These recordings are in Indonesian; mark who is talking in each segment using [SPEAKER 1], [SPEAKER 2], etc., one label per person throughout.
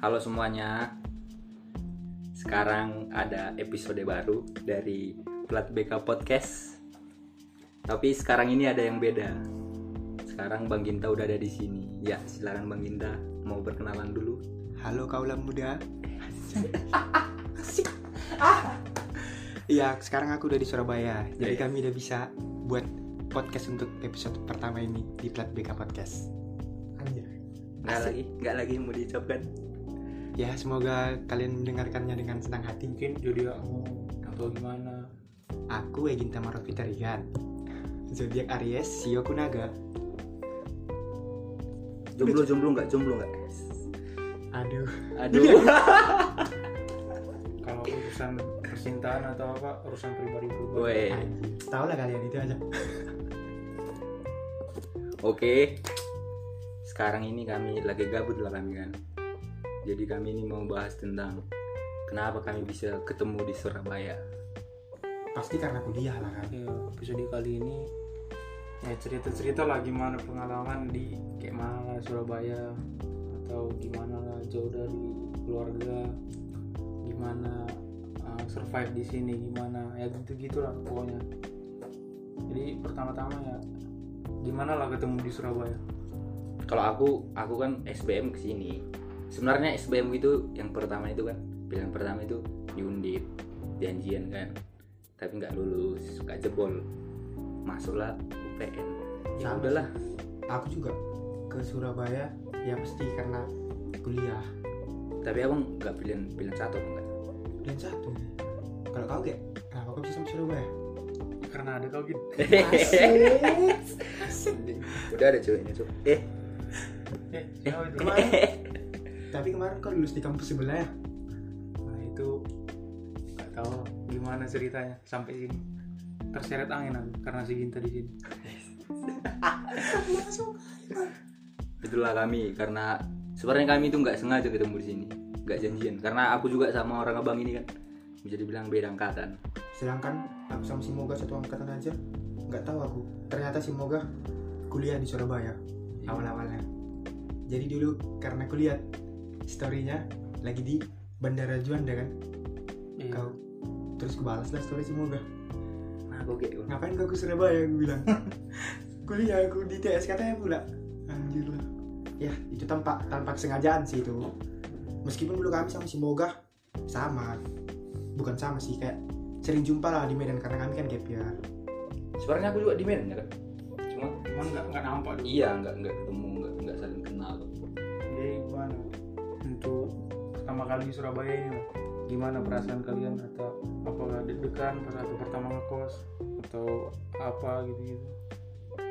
[SPEAKER 1] Halo semuanya. Sekarang ada episode baru dari Plat BK Podcast. Tapi sekarang ini ada yang beda. Sekarang Bang Ginta udah ada di sini. Ya, silakan Bang Ginta mau berkenalan dulu.
[SPEAKER 2] Halo kaulah muda. Asik. Ah. Iya, sekarang aku udah di Surabaya. Jadi
[SPEAKER 1] Iya.
[SPEAKER 2] kami udah bisa buat podcast untuk episode pertama ini di Plat BK Podcast. Anjir.
[SPEAKER 1] Nggak
[SPEAKER 2] Asik.
[SPEAKER 1] lagi, nggak lagi mau diucapkan.
[SPEAKER 2] Ya, semoga kalian mendengarkannya dengan senang hati.
[SPEAKER 3] mungkin jadi kamu atau gimana
[SPEAKER 2] Aku Eginta Marot Pitarian. Zodiak Aries, Sio Kunaga.
[SPEAKER 1] Jomblo, jomblo nggak, jomblo nggak.
[SPEAKER 2] Aduh.
[SPEAKER 1] Aduh.
[SPEAKER 3] kalau urusan percintaan atau apa urusan pribadi pribadi
[SPEAKER 1] Woi.
[SPEAKER 2] Tahu lah kalian itu aja.
[SPEAKER 1] Oke. Sekarang ini kami lagi gabut lah kami kan. Jadi kami ini mau bahas tentang kenapa kami bisa ketemu di Surabaya.
[SPEAKER 2] Pasti karena kuliah lah kan.
[SPEAKER 3] ya, episode kali ini ya cerita cerita lah gimana pengalaman di kayak mana Surabaya atau gimana lah jauh dari keluarga gimana uh, survive di sini gimana ya gitu gitulah pokoknya jadi pertama-tama ya gimana lah ketemu di Surabaya
[SPEAKER 1] Kalau aku, aku kan SBM ke sini. Sebenarnya SBM itu yang pertama itu kan pilihan pertama itu di Undip, janjian kan. Tapi nggak lulus, suka jebol. Masuklah UPN. Ya
[SPEAKER 2] Sama
[SPEAKER 1] udahlah.
[SPEAKER 2] Aku juga ke Surabaya ya pasti karena kuliah.
[SPEAKER 1] Tapi abang nggak pilihan pilihan satu apa enggak?
[SPEAKER 2] dan satu kalau kau gak kenapa kau bisa sama Surabaya
[SPEAKER 3] karena ada kau gitu
[SPEAKER 2] Asik.
[SPEAKER 1] Udah ada ceweknya tuh. Eh.
[SPEAKER 3] eh siapa itu
[SPEAKER 2] tapi kemarin kau lulus di kampus sebelah ya
[SPEAKER 3] Nah itu nggak tahu gimana ceritanya sampai sini terseret angin aku karena si Ginta di sini.
[SPEAKER 1] itulah kami karena sebenarnya kami itu nggak sengaja ketemu di sini nggak janjian karena aku juga sama orang abang ini kan bisa dibilang beda angkatan
[SPEAKER 2] sedangkan aku sama si Moga satu angkatan aja nggak tahu aku ternyata si Moga kuliah di Surabaya
[SPEAKER 1] Iya.
[SPEAKER 2] awal-awalnya jadi dulu karena kulihat storynya lagi di Bandara Juanda kan
[SPEAKER 3] Iya.
[SPEAKER 2] kau terus kebalas lah story si Moga
[SPEAKER 1] aku kayak
[SPEAKER 2] ngapain kau ke Surabaya aku bilang kuliah aku di TS katanya pula anjir lah Iya. ya itu tanpa tanpa kesengajaan sih itu meskipun dulu kami sama si Moga sama bukan sama sih kayak sering jumpa lah di Medan karena kami kan gap year
[SPEAKER 1] sebenarnya aku juga di Medan ya kan cuma
[SPEAKER 3] Cuman nggak nggak nampak dulu.
[SPEAKER 1] iya nggak nggak ketemu nggak nggak saling kenal
[SPEAKER 3] Jadi Iya, gimana untuk pertama kali di Surabaya ini lah, gimana perasaan kalian atau apakah deg-degan pas waktu pertama ngekos atau apa gitu gitu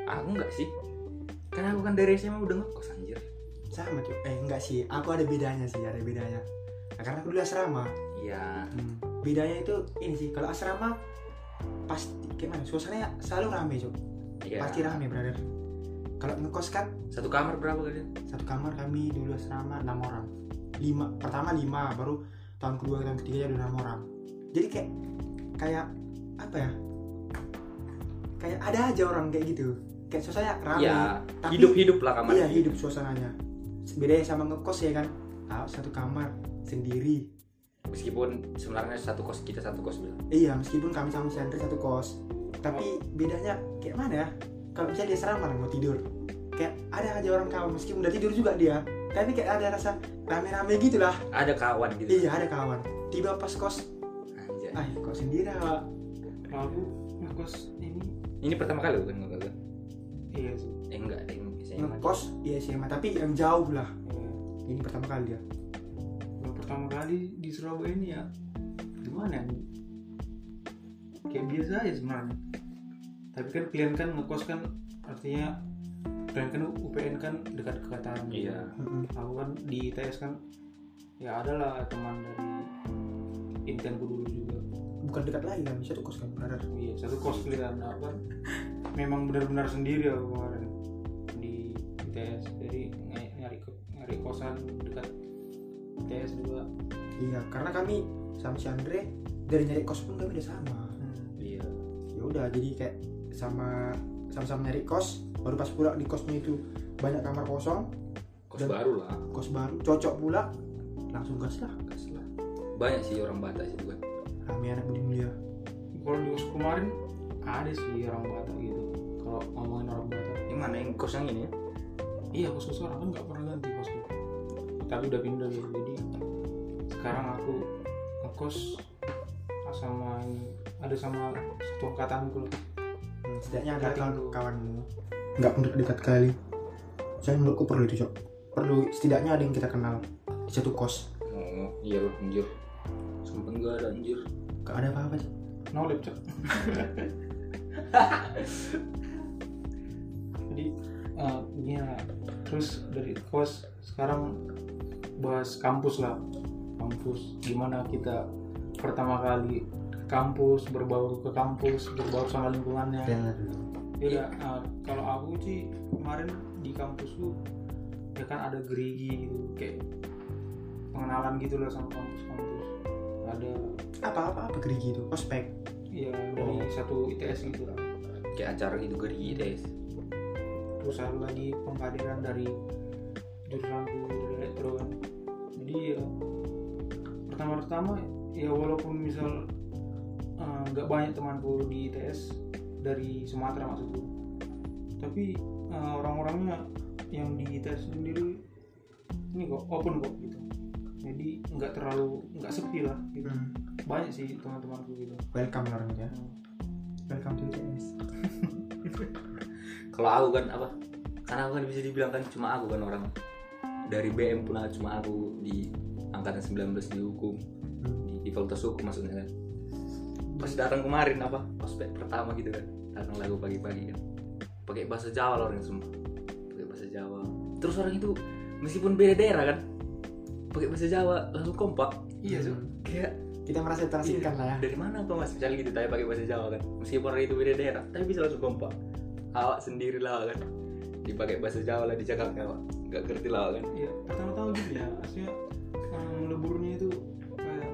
[SPEAKER 1] aku nggak sih karena aku kan dari SMA udah ngekos anjir
[SPEAKER 2] sama cuy eh enggak sih aku ada bedanya sih ada bedanya Nah, karena aku dulu asrama
[SPEAKER 1] iya
[SPEAKER 2] Hmm. bedanya itu ini sih kalau asrama pasti gimana suasananya selalu rame cuy
[SPEAKER 1] iya
[SPEAKER 2] pasti rame brother kalau ngekos kan
[SPEAKER 1] satu kamar berapa kalian
[SPEAKER 2] satu kamar kami dulu asrama enam orang lima pertama lima baru tahun kedua tahun ketiga ada enam orang jadi kayak kayak apa ya kayak ada aja orang kayak gitu kayak suasana ramai
[SPEAKER 1] iya
[SPEAKER 2] tapi
[SPEAKER 1] hidup hidup lah kamar
[SPEAKER 2] iya hidup suasananya bedanya sama ngekos ya kan Ah, satu kamar sendiri
[SPEAKER 1] meskipun sebenarnya satu kos kita satu kos bilang
[SPEAKER 2] iya meskipun kami sama si Andre satu kos tapi bedanya kayak mana ya kalau bisa dia asrama mau tidur kayak ada aja orang kawan meskipun udah tidur juga dia tapi kayak ada rasa rame-rame gitu lah
[SPEAKER 1] ada kawan gitu
[SPEAKER 2] Iya ada kawan. Tiba pas kos,
[SPEAKER 1] Anjay.
[SPEAKER 2] ah kok sendiri Wak?
[SPEAKER 3] Kalau aku ngekos ini
[SPEAKER 1] ini pertama kali bukan ngekos
[SPEAKER 3] iya sih
[SPEAKER 1] eh enggak eh, SMA
[SPEAKER 2] ngekos iya SMA tapi yang jauh lah.
[SPEAKER 3] Iya.
[SPEAKER 2] Ini pertama kali ya.
[SPEAKER 3] Kalau pertama kali di Surabaya ini ya gimana ya? kayak biasa aja sebenarnya tapi kan kalian kan ngekos kan artinya kalian kan UPN kan dekat ke Kataran
[SPEAKER 1] iya
[SPEAKER 3] aku kan di ITS kan ya adalah teman dari internku dulu juga
[SPEAKER 2] Bukan dekat lagi kan, satu kos kan benar.
[SPEAKER 3] iya satu kos kalian apa memang benar-benar sendiri aku kemarin di ITS jadi ny- nyari ke- nyari kosan dekat ITS juga
[SPEAKER 2] Iya karena kami sama si Andre dari nyari kos pun kami udah sama.
[SPEAKER 1] iya
[SPEAKER 2] Ya udah jadi kayak sama sama-sama nyari kos. Baru pas pula di kosnya itu banyak kamar kosong,
[SPEAKER 1] kos
[SPEAKER 2] Dan-
[SPEAKER 1] baru lah
[SPEAKER 2] kos baru cocok pula. langsung gas lah
[SPEAKER 1] Gas lah. banyak sih orang Batak sih kan
[SPEAKER 2] rame anak budi mulia
[SPEAKER 3] kalau di kosku kemarin ada sih orang Batak gitu kalau ngomongin orang Batak
[SPEAKER 1] yang mana yang kos yang ini ya
[SPEAKER 3] iya kos kos orang kan nggak pernah ganti kosku tapi udah pindah gitu jadi sekarang aku ngekos sama ini ada sama satu angkatanku lah
[SPEAKER 2] Hmm, setidaknya ada
[SPEAKER 3] Deketin
[SPEAKER 2] kawan
[SPEAKER 3] dulu.
[SPEAKER 2] kawanmu nggak menurut dekat kali saya menurutku perlu itu cok perlu setidaknya ada yang kita kenal di satu kos
[SPEAKER 1] oh iya loh anjir sumpah enggak ada anjir
[SPEAKER 2] gak ada apa-apa cok
[SPEAKER 3] no lab Cok. jadi eh, iya terus dari kos sekarang bahas kampus lah kampus gimana kita pertama kali ke kampus berbaur ke kampus berbaur sama lingkungannya Beda. uh, kalau aku sih kemarin di kampusku ya kan ada gerigi gitu kayak pengenalan gitu lah sama kampus-kampus. Ada
[SPEAKER 2] apa-apa apa gerigi itu ospek
[SPEAKER 3] ya dari
[SPEAKER 1] Oh.
[SPEAKER 3] satu ITS gitu lah.
[SPEAKER 1] kayak acara gitu geri guys
[SPEAKER 3] Terus ada lagi penghadiran dari jurusanku dari elektro kan. Jadi ya pertama-tama ya walaupun misal uh, nggak banyak temanku di ITS dari Sumatera maksudku tapi eh, orang-orangnya yang di ITS sendiri ini kok open kok gitu jadi nggak terlalu nggak sepi lah gitu
[SPEAKER 2] Hmm.
[SPEAKER 3] banyak sih teman-temanku gitu
[SPEAKER 2] welcome ya. lah orangnya welcome to ITS
[SPEAKER 1] kalau aku kan apa karena aku kan bisa dibilang kan cuma aku kan orang dari BM pun aku- cuma aku di angkatan 19 di hukum
[SPEAKER 2] Hmm.
[SPEAKER 1] di, di fakultas hukum maksudnya kan pas datang kemarin apa ospek pertama gitu kan datang lagu pagi-pagi kan pakai bahasa Jawa lah orang semua pakai bahasa Jawa terus orang itu meskipun beda daerah kan pakai bahasa Jawa langsung kompak
[SPEAKER 3] iya sih
[SPEAKER 1] kayak
[SPEAKER 2] kita merasa terasingkan lah ya
[SPEAKER 1] dari mana kau mas misalnya gitu tanya pakai bahasa Jawa kan meskipun orang itu beda daerah tapi bisa langsung kompak awak sendiri lah kan dipakai bahasa Jawa lah dicakap awak nggak ngerti lah awak kan
[SPEAKER 3] ya pertama-tama gitu ya maksudnya em, leburnya itu kayak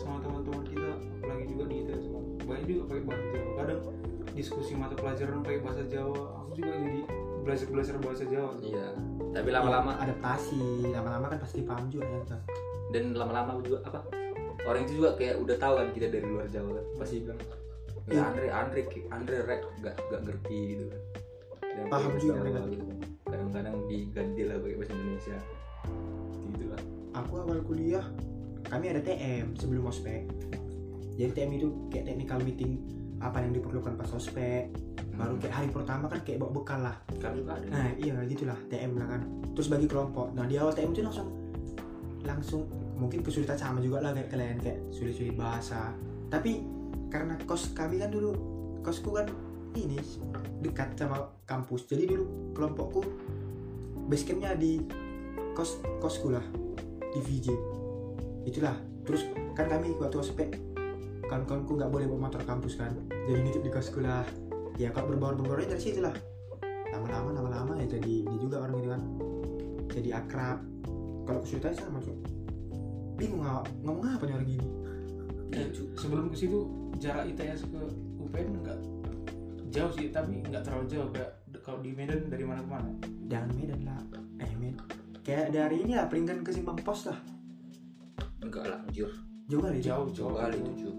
[SPEAKER 3] sama teman-teman kita apalagi juga di ITS kan. banyak juga pakai bahasa Jawa kadang diskusi mata pelajaran pakai bahasa Jawa aku juga jadi belajar belajar bahasa Jawa
[SPEAKER 1] iya tapi lama-lama
[SPEAKER 2] adaptasi lama-lama kan pasti paham juga ya kita
[SPEAKER 1] dan lama-lama juga apa orang itu juga kayak udah tahu kan kita dari luar Jawa kan pasti bilang ya
[SPEAKER 2] Iya.
[SPEAKER 1] Andre Andre Ki- Andre Rek nggak nggak ngerti gitu kan Dan
[SPEAKER 2] Paham
[SPEAKER 1] pakai bahasa
[SPEAKER 2] juga
[SPEAKER 1] Jawa
[SPEAKER 2] mereka.
[SPEAKER 1] gitu kan. kadang-kadang diganti lah pakai bahasa Indonesia gitu lah
[SPEAKER 2] aku awal kuliah kami ada TM sebelum ospek jadi TM itu kayak technical meeting apa yang diperlukan pas ospek baru kayak hari pertama kan kayak bawa bekal lah
[SPEAKER 1] kan juga Hmm. ada
[SPEAKER 2] nah iya gitulah TM lah kan terus bagi kelompok nah di awal TM itu langsung langsung mungkin kesulitan sama juga lah kayak kalian kayak sulit-sulit bahasa tapi karena kos kami kan dulu kosku kan ini dekat sama kampus jadi dulu kelompokku basecampnya di kos kosku lah di VJ itulah terus kan kami waktu ospek kawan-kawanku nggak boleh bawa motor kampus kan jadi nitip di kosku lah ya kalau berbaur-berbaurnya dari situ lah lama-lama lama-lama ya jadi dia juga orang gitu kan jadi akrab kalau kesulitan sama cok bingung awak ngomong apa nih orang gini
[SPEAKER 1] Iya, cu-
[SPEAKER 3] sebelum ke situ jarak ITS ke UPN nggak jauh sih tapi nggak terlalu jauh kayak de- kalau di Medan dari mana ke mana
[SPEAKER 2] jangan Medan lah eh Medan kayak dari ini lah peringgan ke simpang pos lah
[SPEAKER 1] enggak lah anjir
[SPEAKER 2] jauh kali Cok?
[SPEAKER 3] jauh jauh
[SPEAKER 1] jauh kali itu cu.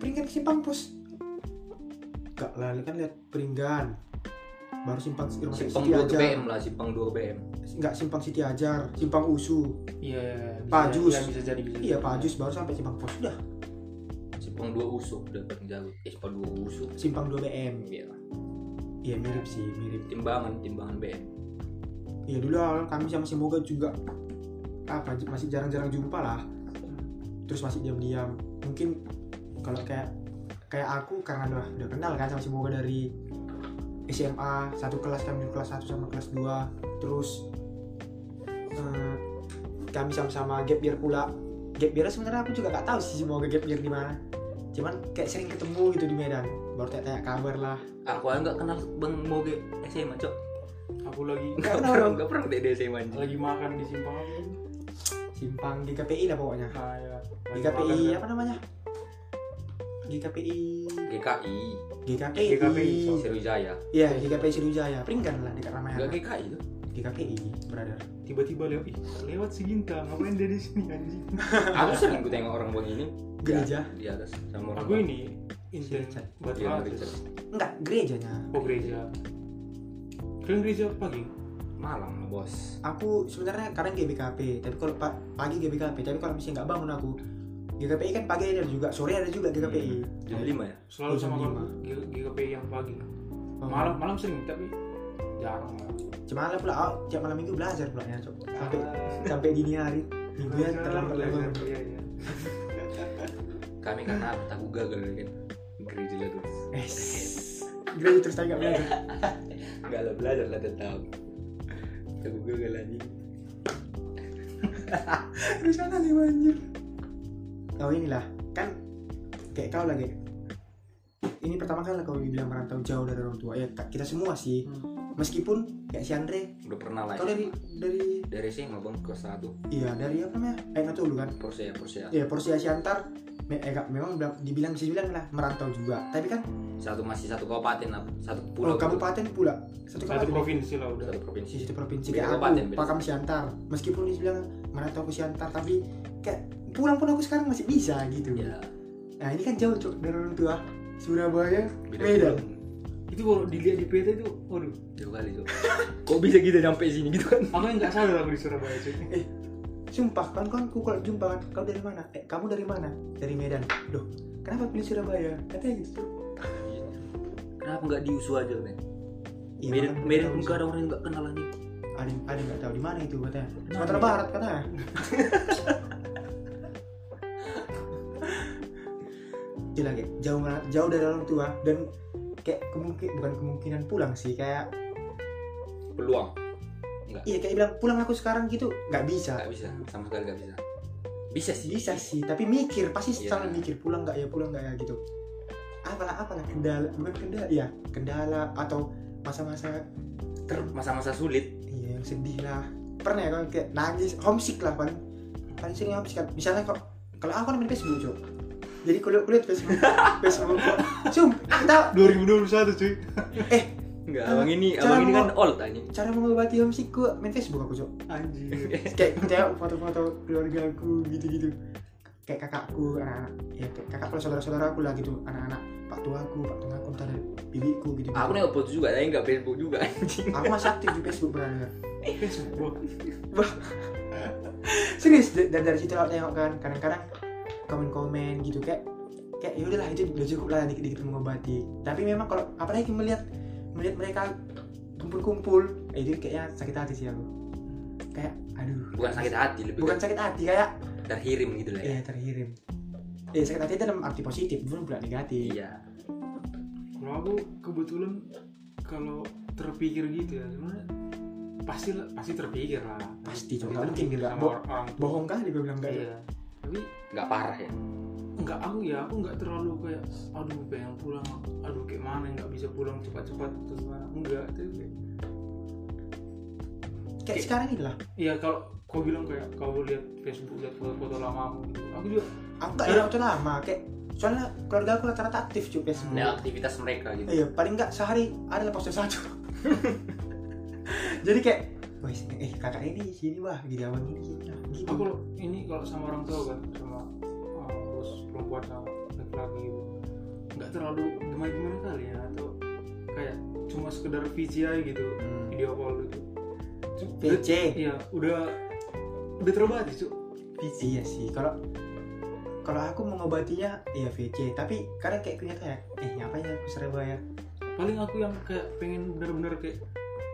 [SPEAKER 2] peringgan ke simpang pos gak lah kan lihat peringgan baru simpang rumah sakit
[SPEAKER 1] Simpang 2
[SPEAKER 2] Siti
[SPEAKER 1] ke
[SPEAKER 2] Ajar
[SPEAKER 1] BM lah, Simpang 2 ke BM.
[SPEAKER 2] nggak simpang Siti Ajar simpang Usu
[SPEAKER 3] iya iya, iya. Bisa-
[SPEAKER 2] Pajus.
[SPEAKER 3] iya, bisa jadi bisa
[SPEAKER 2] iya
[SPEAKER 3] jadi.
[SPEAKER 2] Pak Ajus baru sampai simpang pos udah
[SPEAKER 1] Simpang 2 usuk udah paling jauh. Eh, Simpang 2 usuk.
[SPEAKER 2] simpang 2 BM
[SPEAKER 1] Iya lah.
[SPEAKER 2] iya mirip sih mirip
[SPEAKER 1] Timbangan, timbangan BM.
[SPEAKER 2] ya dulu awal kami sama si Moga juga apa masih jarang-jarang jumpa lah terus masih diam-diam mungkin kalau kayak kayak aku karena udah, udah kenal kan sama si Moga dari SMA satu kelas kami dulu kelas 1 sama kelas 2 terus eh, kami sama-sama gap year pula gap year sebenarnya aku juga gak tahu sih si Moga gap year di mana cuman kayak sering ketemu gitu di Medan baru tanya, -tanya kabar lah
[SPEAKER 1] Aku aja nggak kenal Bang Moge SMA, Cok.
[SPEAKER 3] aku lagi
[SPEAKER 1] Nggak
[SPEAKER 2] kenal,
[SPEAKER 1] pernah,
[SPEAKER 2] Bang.
[SPEAKER 1] nggak pernah deh di SMA anjing.
[SPEAKER 3] lagi makan di simpang apa itu?
[SPEAKER 2] simpang GKPI lah pokoknya
[SPEAKER 3] Ah, iya. Lagi makan,
[SPEAKER 2] GKPI
[SPEAKER 3] kan?
[SPEAKER 2] apa namanya GKPI
[SPEAKER 1] GKI,
[SPEAKER 2] GKPI.
[SPEAKER 3] GKPI,
[SPEAKER 1] Sriwijaya.
[SPEAKER 2] Iya, GKPI Sriwijaya. Peringgan lah dekat
[SPEAKER 1] Enggak
[SPEAKER 2] Ramayana.
[SPEAKER 1] GKI tuh.
[SPEAKER 2] GKPI brother
[SPEAKER 3] tiba-tiba lewat ih lewat si Ginta ngapain dia di sini anjing
[SPEAKER 1] aku sering gue tengok orang bang ini
[SPEAKER 3] Iya.
[SPEAKER 2] gereja
[SPEAKER 1] di atas sama orang
[SPEAKER 3] aku
[SPEAKER 1] bang.
[SPEAKER 3] ini inten
[SPEAKER 2] Richard.
[SPEAKER 3] batu
[SPEAKER 1] Iya,
[SPEAKER 3] atas
[SPEAKER 1] Richard.
[SPEAKER 2] enggak gerejanya
[SPEAKER 3] oh gereja kalian gereja pagi
[SPEAKER 1] malam lah bos
[SPEAKER 2] aku sebenarnya kadang GBKP tapi kalau pa- pagi GBKP tapi kalau misalnya nggak bangun aku GKPI kan pagi ada juga sore ada juga GKPI
[SPEAKER 3] Hmm.
[SPEAKER 1] jam lima ya
[SPEAKER 3] selalu
[SPEAKER 2] Oh, jam
[SPEAKER 3] sama
[SPEAKER 2] lima.
[SPEAKER 3] kalau G- GKP yang pagi
[SPEAKER 2] Oh.
[SPEAKER 3] malam malam sering tapi jarang lah
[SPEAKER 2] Cuma pula oh, tiap malam minggu belajar pula ya Cok. sampai
[SPEAKER 3] Ah,
[SPEAKER 2] sampai dini hari minggunya
[SPEAKER 3] Belajar,
[SPEAKER 2] terlambat
[SPEAKER 3] belajar,
[SPEAKER 2] bangun.
[SPEAKER 3] iya, iya.
[SPEAKER 1] kami karena aku gagal kan gereja lah terus
[SPEAKER 2] Eh, gereja terus tadi nggak belajar
[SPEAKER 1] Enggak lah belajar lah tetap aku gagal anjing
[SPEAKER 2] terus sana nih anjir oh inilah kan kayak kau lagi ini pertama kali lah kau bilang merantau jauh dari orang tua ya kita semua sih meskipun kayak si Andre
[SPEAKER 1] udah pernah lah
[SPEAKER 2] kau
[SPEAKER 1] ya.
[SPEAKER 2] dari dari
[SPEAKER 1] dari SMA bang ke satu
[SPEAKER 2] iya dari apa namanya eh nggak tahu lu kan
[SPEAKER 1] Persia Persia
[SPEAKER 2] ya Persia Siantar me- eh, nggak, memang bilang- dibilang bisa dibilang lah merantau juga tapi kan
[SPEAKER 1] satu masih satu kabupaten lah satu pulau
[SPEAKER 2] pulau kabupaten pula satu
[SPEAKER 3] satu
[SPEAKER 2] kabupaten
[SPEAKER 3] provinsi lah udah
[SPEAKER 1] satu provinsi
[SPEAKER 2] sisi provinsi
[SPEAKER 1] Beda
[SPEAKER 2] kayak
[SPEAKER 1] kabupaten,
[SPEAKER 2] aku
[SPEAKER 1] beda.
[SPEAKER 2] Pakam Siantar meskipun dibilang merantau ke Siantar tapi kayak pulang pun aku sekarang masih bisa gitu
[SPEAKER 1] ya
[SPEAKER 2] nah ini kan jauh cok dari orang tua Surabaya
[SPEAKER 1] beda
[SPEAKER 2] Medan.
[SPEAKER 3] itu kalau dilihat di PT itu waduh
[SPEAKER 1] jauh kali tuh kok bisa kita sampai sini gitu kan
[SPEAKER 3] aku yang nggak sadar aku di Surabaya cuy
[SPEAKER 2] sumpah kan kan aku kalau jumpa kan kau dari mana eh kamu dari mana dari Medan loh kenapa pilih Surabaya katanya gitu
[SPEAKER 1] kenapa nggak di USU aja men
[SPEAKER 2] Iya,
[SPEAKER 1] Medan
[SPEAKER 2] makanya
[SPEAKER 1] Medan
[SPEAKER 2] kita
[SPEAKER 1] pun
[SPEAKER 2] tahu
[SPEAKER 1] nggak ada orang yang nggak kenal anjing
[SPEAKER 2] ada yang- ada yang nggak tahu di mana itu katanya Sumatera
[SPEAKER 1] Nah,
[SPEAKER 2] Barat katanya gila kayak jauh mana- jauh dari orang tua dan kayak kemungkinan bukan kemungkinan pulang sih kayak
[SPEAKER 1] peluang
[SPEAKER 2] iya kayak bilang pulang aku sekarang gitu nggak bisa
[SPEAKER 1] nggak bisa sama sekali nggak bisa bisa sih
[SPEAKER 2] bisa sih tapi mikir pasti
[SPEAKER 1] Iya.
[SPEAKER 2] selalu mikir pulang nggak ya pulang nggak ya gitu apalah apalah kendala bukan kendala ya kendala atau masa-masa
[SPEAKER 1] ter masa-masa sulit
[SPEAKER 2] iya yang sedih lah pernah ya kalau kayak nangis homesick lah paling paling sering homesick kan misalnya kok kalau aku kan main Facebook cok jadi kulit kulit Facebook Facebook cum kita
[SPEAKER 3] 2021 cuy
[SPEAKER 1] nggak
[SPEAKER 2] Ah,
[SPEAKER 1] abang ini
[SPEAKER 2] cara
[SPEAKER 1] abang ini
[SPEAKER 2] mau-
[SPEAKER 1] kan old anjing
[SPEAKER 2] cara mengobati homesick gua main Facebook aku cok
[SPEAKER 3] anjir
[SPEAKER 2] kayak kayak foto-foto keluarga aku gitu-gitu kayak kakakku anak-anak ya kayak kakakku saudara saudara aku lah gitu anak-anak pak tuaku pak tengahku ntar ada bibiku gitu
[SPEAKER 1] aku nengok foto juga tapi nggak Facebook juga anjing
[SPEAKER 2] aku masih aktif di Facebook berada
[SPEAKER 3] Facebook gua
[SPEAKER 2] serius d- dan dari situ aku tengok kan kadang-kadang komen-komen gitu kayak kayak ya udahlah itu udah cukup lah dikit-dikit mengobati tapi memang kalau apalagi melihat melihat mereka kumpul-kumpul eh, itu kayaknya sakit hati sih aku kayak aduh
[SPEAKER 1] bukan sakit hati lebih
[SPEAKER 2] bukan sakit hati kayak
[SPEAKER 1] ke terhirim gitu lah ya
[SPEAKER 2] Iya terhirim. Iya sakit hati itu dalam arti positif, bukan pula negatif.
[SPEAKER 1] iya
[SPEAKER 3] kalau aku kebetulan kalau terpikir gitu ya sebenarnya pasti pasti terpikir lah
[SPEAKER 2] Pasti, Cok.
[SPEAKER 3] Tapi
[SPEAKER 2] Nggak mungkin,
[SPEAKER 3] terpikir
[SPEAKER 2] nggak.
[SPEAKER 3] sama
[SPEAKER 2] Bo-
[SPEAKER 3] orang- orang tua.
[SPEAKER 2] Bohong kali gue bilang gitu. enggak.
[SPEAKER 3] Iya. tapi
[SPEAKER 1] nggak parah ya
[SPEAKER 2] Hmm.
[SPEAKER 3] nggak aku ya aku nggak terlalu kayak aduh pengen pulang aduh kayak mana nggak bisa pulang cepat-cepat atau gimana enggak tapi kayak-
[SPEAKER 2] Kayak sekarang ini lah.
[SPEAKER 3] iya kalau kau bilang kayak kau lihat Facebook lihat foto-foto lama aku gitu. aku juga
[SPEAKER 2] Aku nggak
[SPEAKER 3] Iya.
[SPEAKER 2] ada waktu lama. Kayak soalnya keluarga aku rata-rata aktif juga Facebook.
[SPEAKER 3] Iya.
[SPEAKER 1] Nah, aktivitas mereka gitu
[SPEAKER 2] Iya paling nggak sehari ada lah posting satu. Jadi kayak Wah, sini- eh kakak ini di sini wah gini abang ini di sini ah, gitu.
[SPEAKER 3] aku kalau ini kalau sama orang tua kan sama uh, terus perempuan sama laki-laki gitu nggak terlalu gimana gimana kali ya atau kayak cuma sekedar VCI gitu
[SPEAKER 2] Hmm.
[SPEAKER 3] video call gitu Cu- udah-
[SPEAKER 2] PC.
[SPEAKER 3] iya udah udah terobati cuk
[SPEAKER 2] VC ya sih kalau kalau aku mengobatinya ya VC tapi kadang kayak punya kayak eh ngapain aku Surabaya
[SPEAKER 3] paling aku yang kayak pengen bener-bener kayak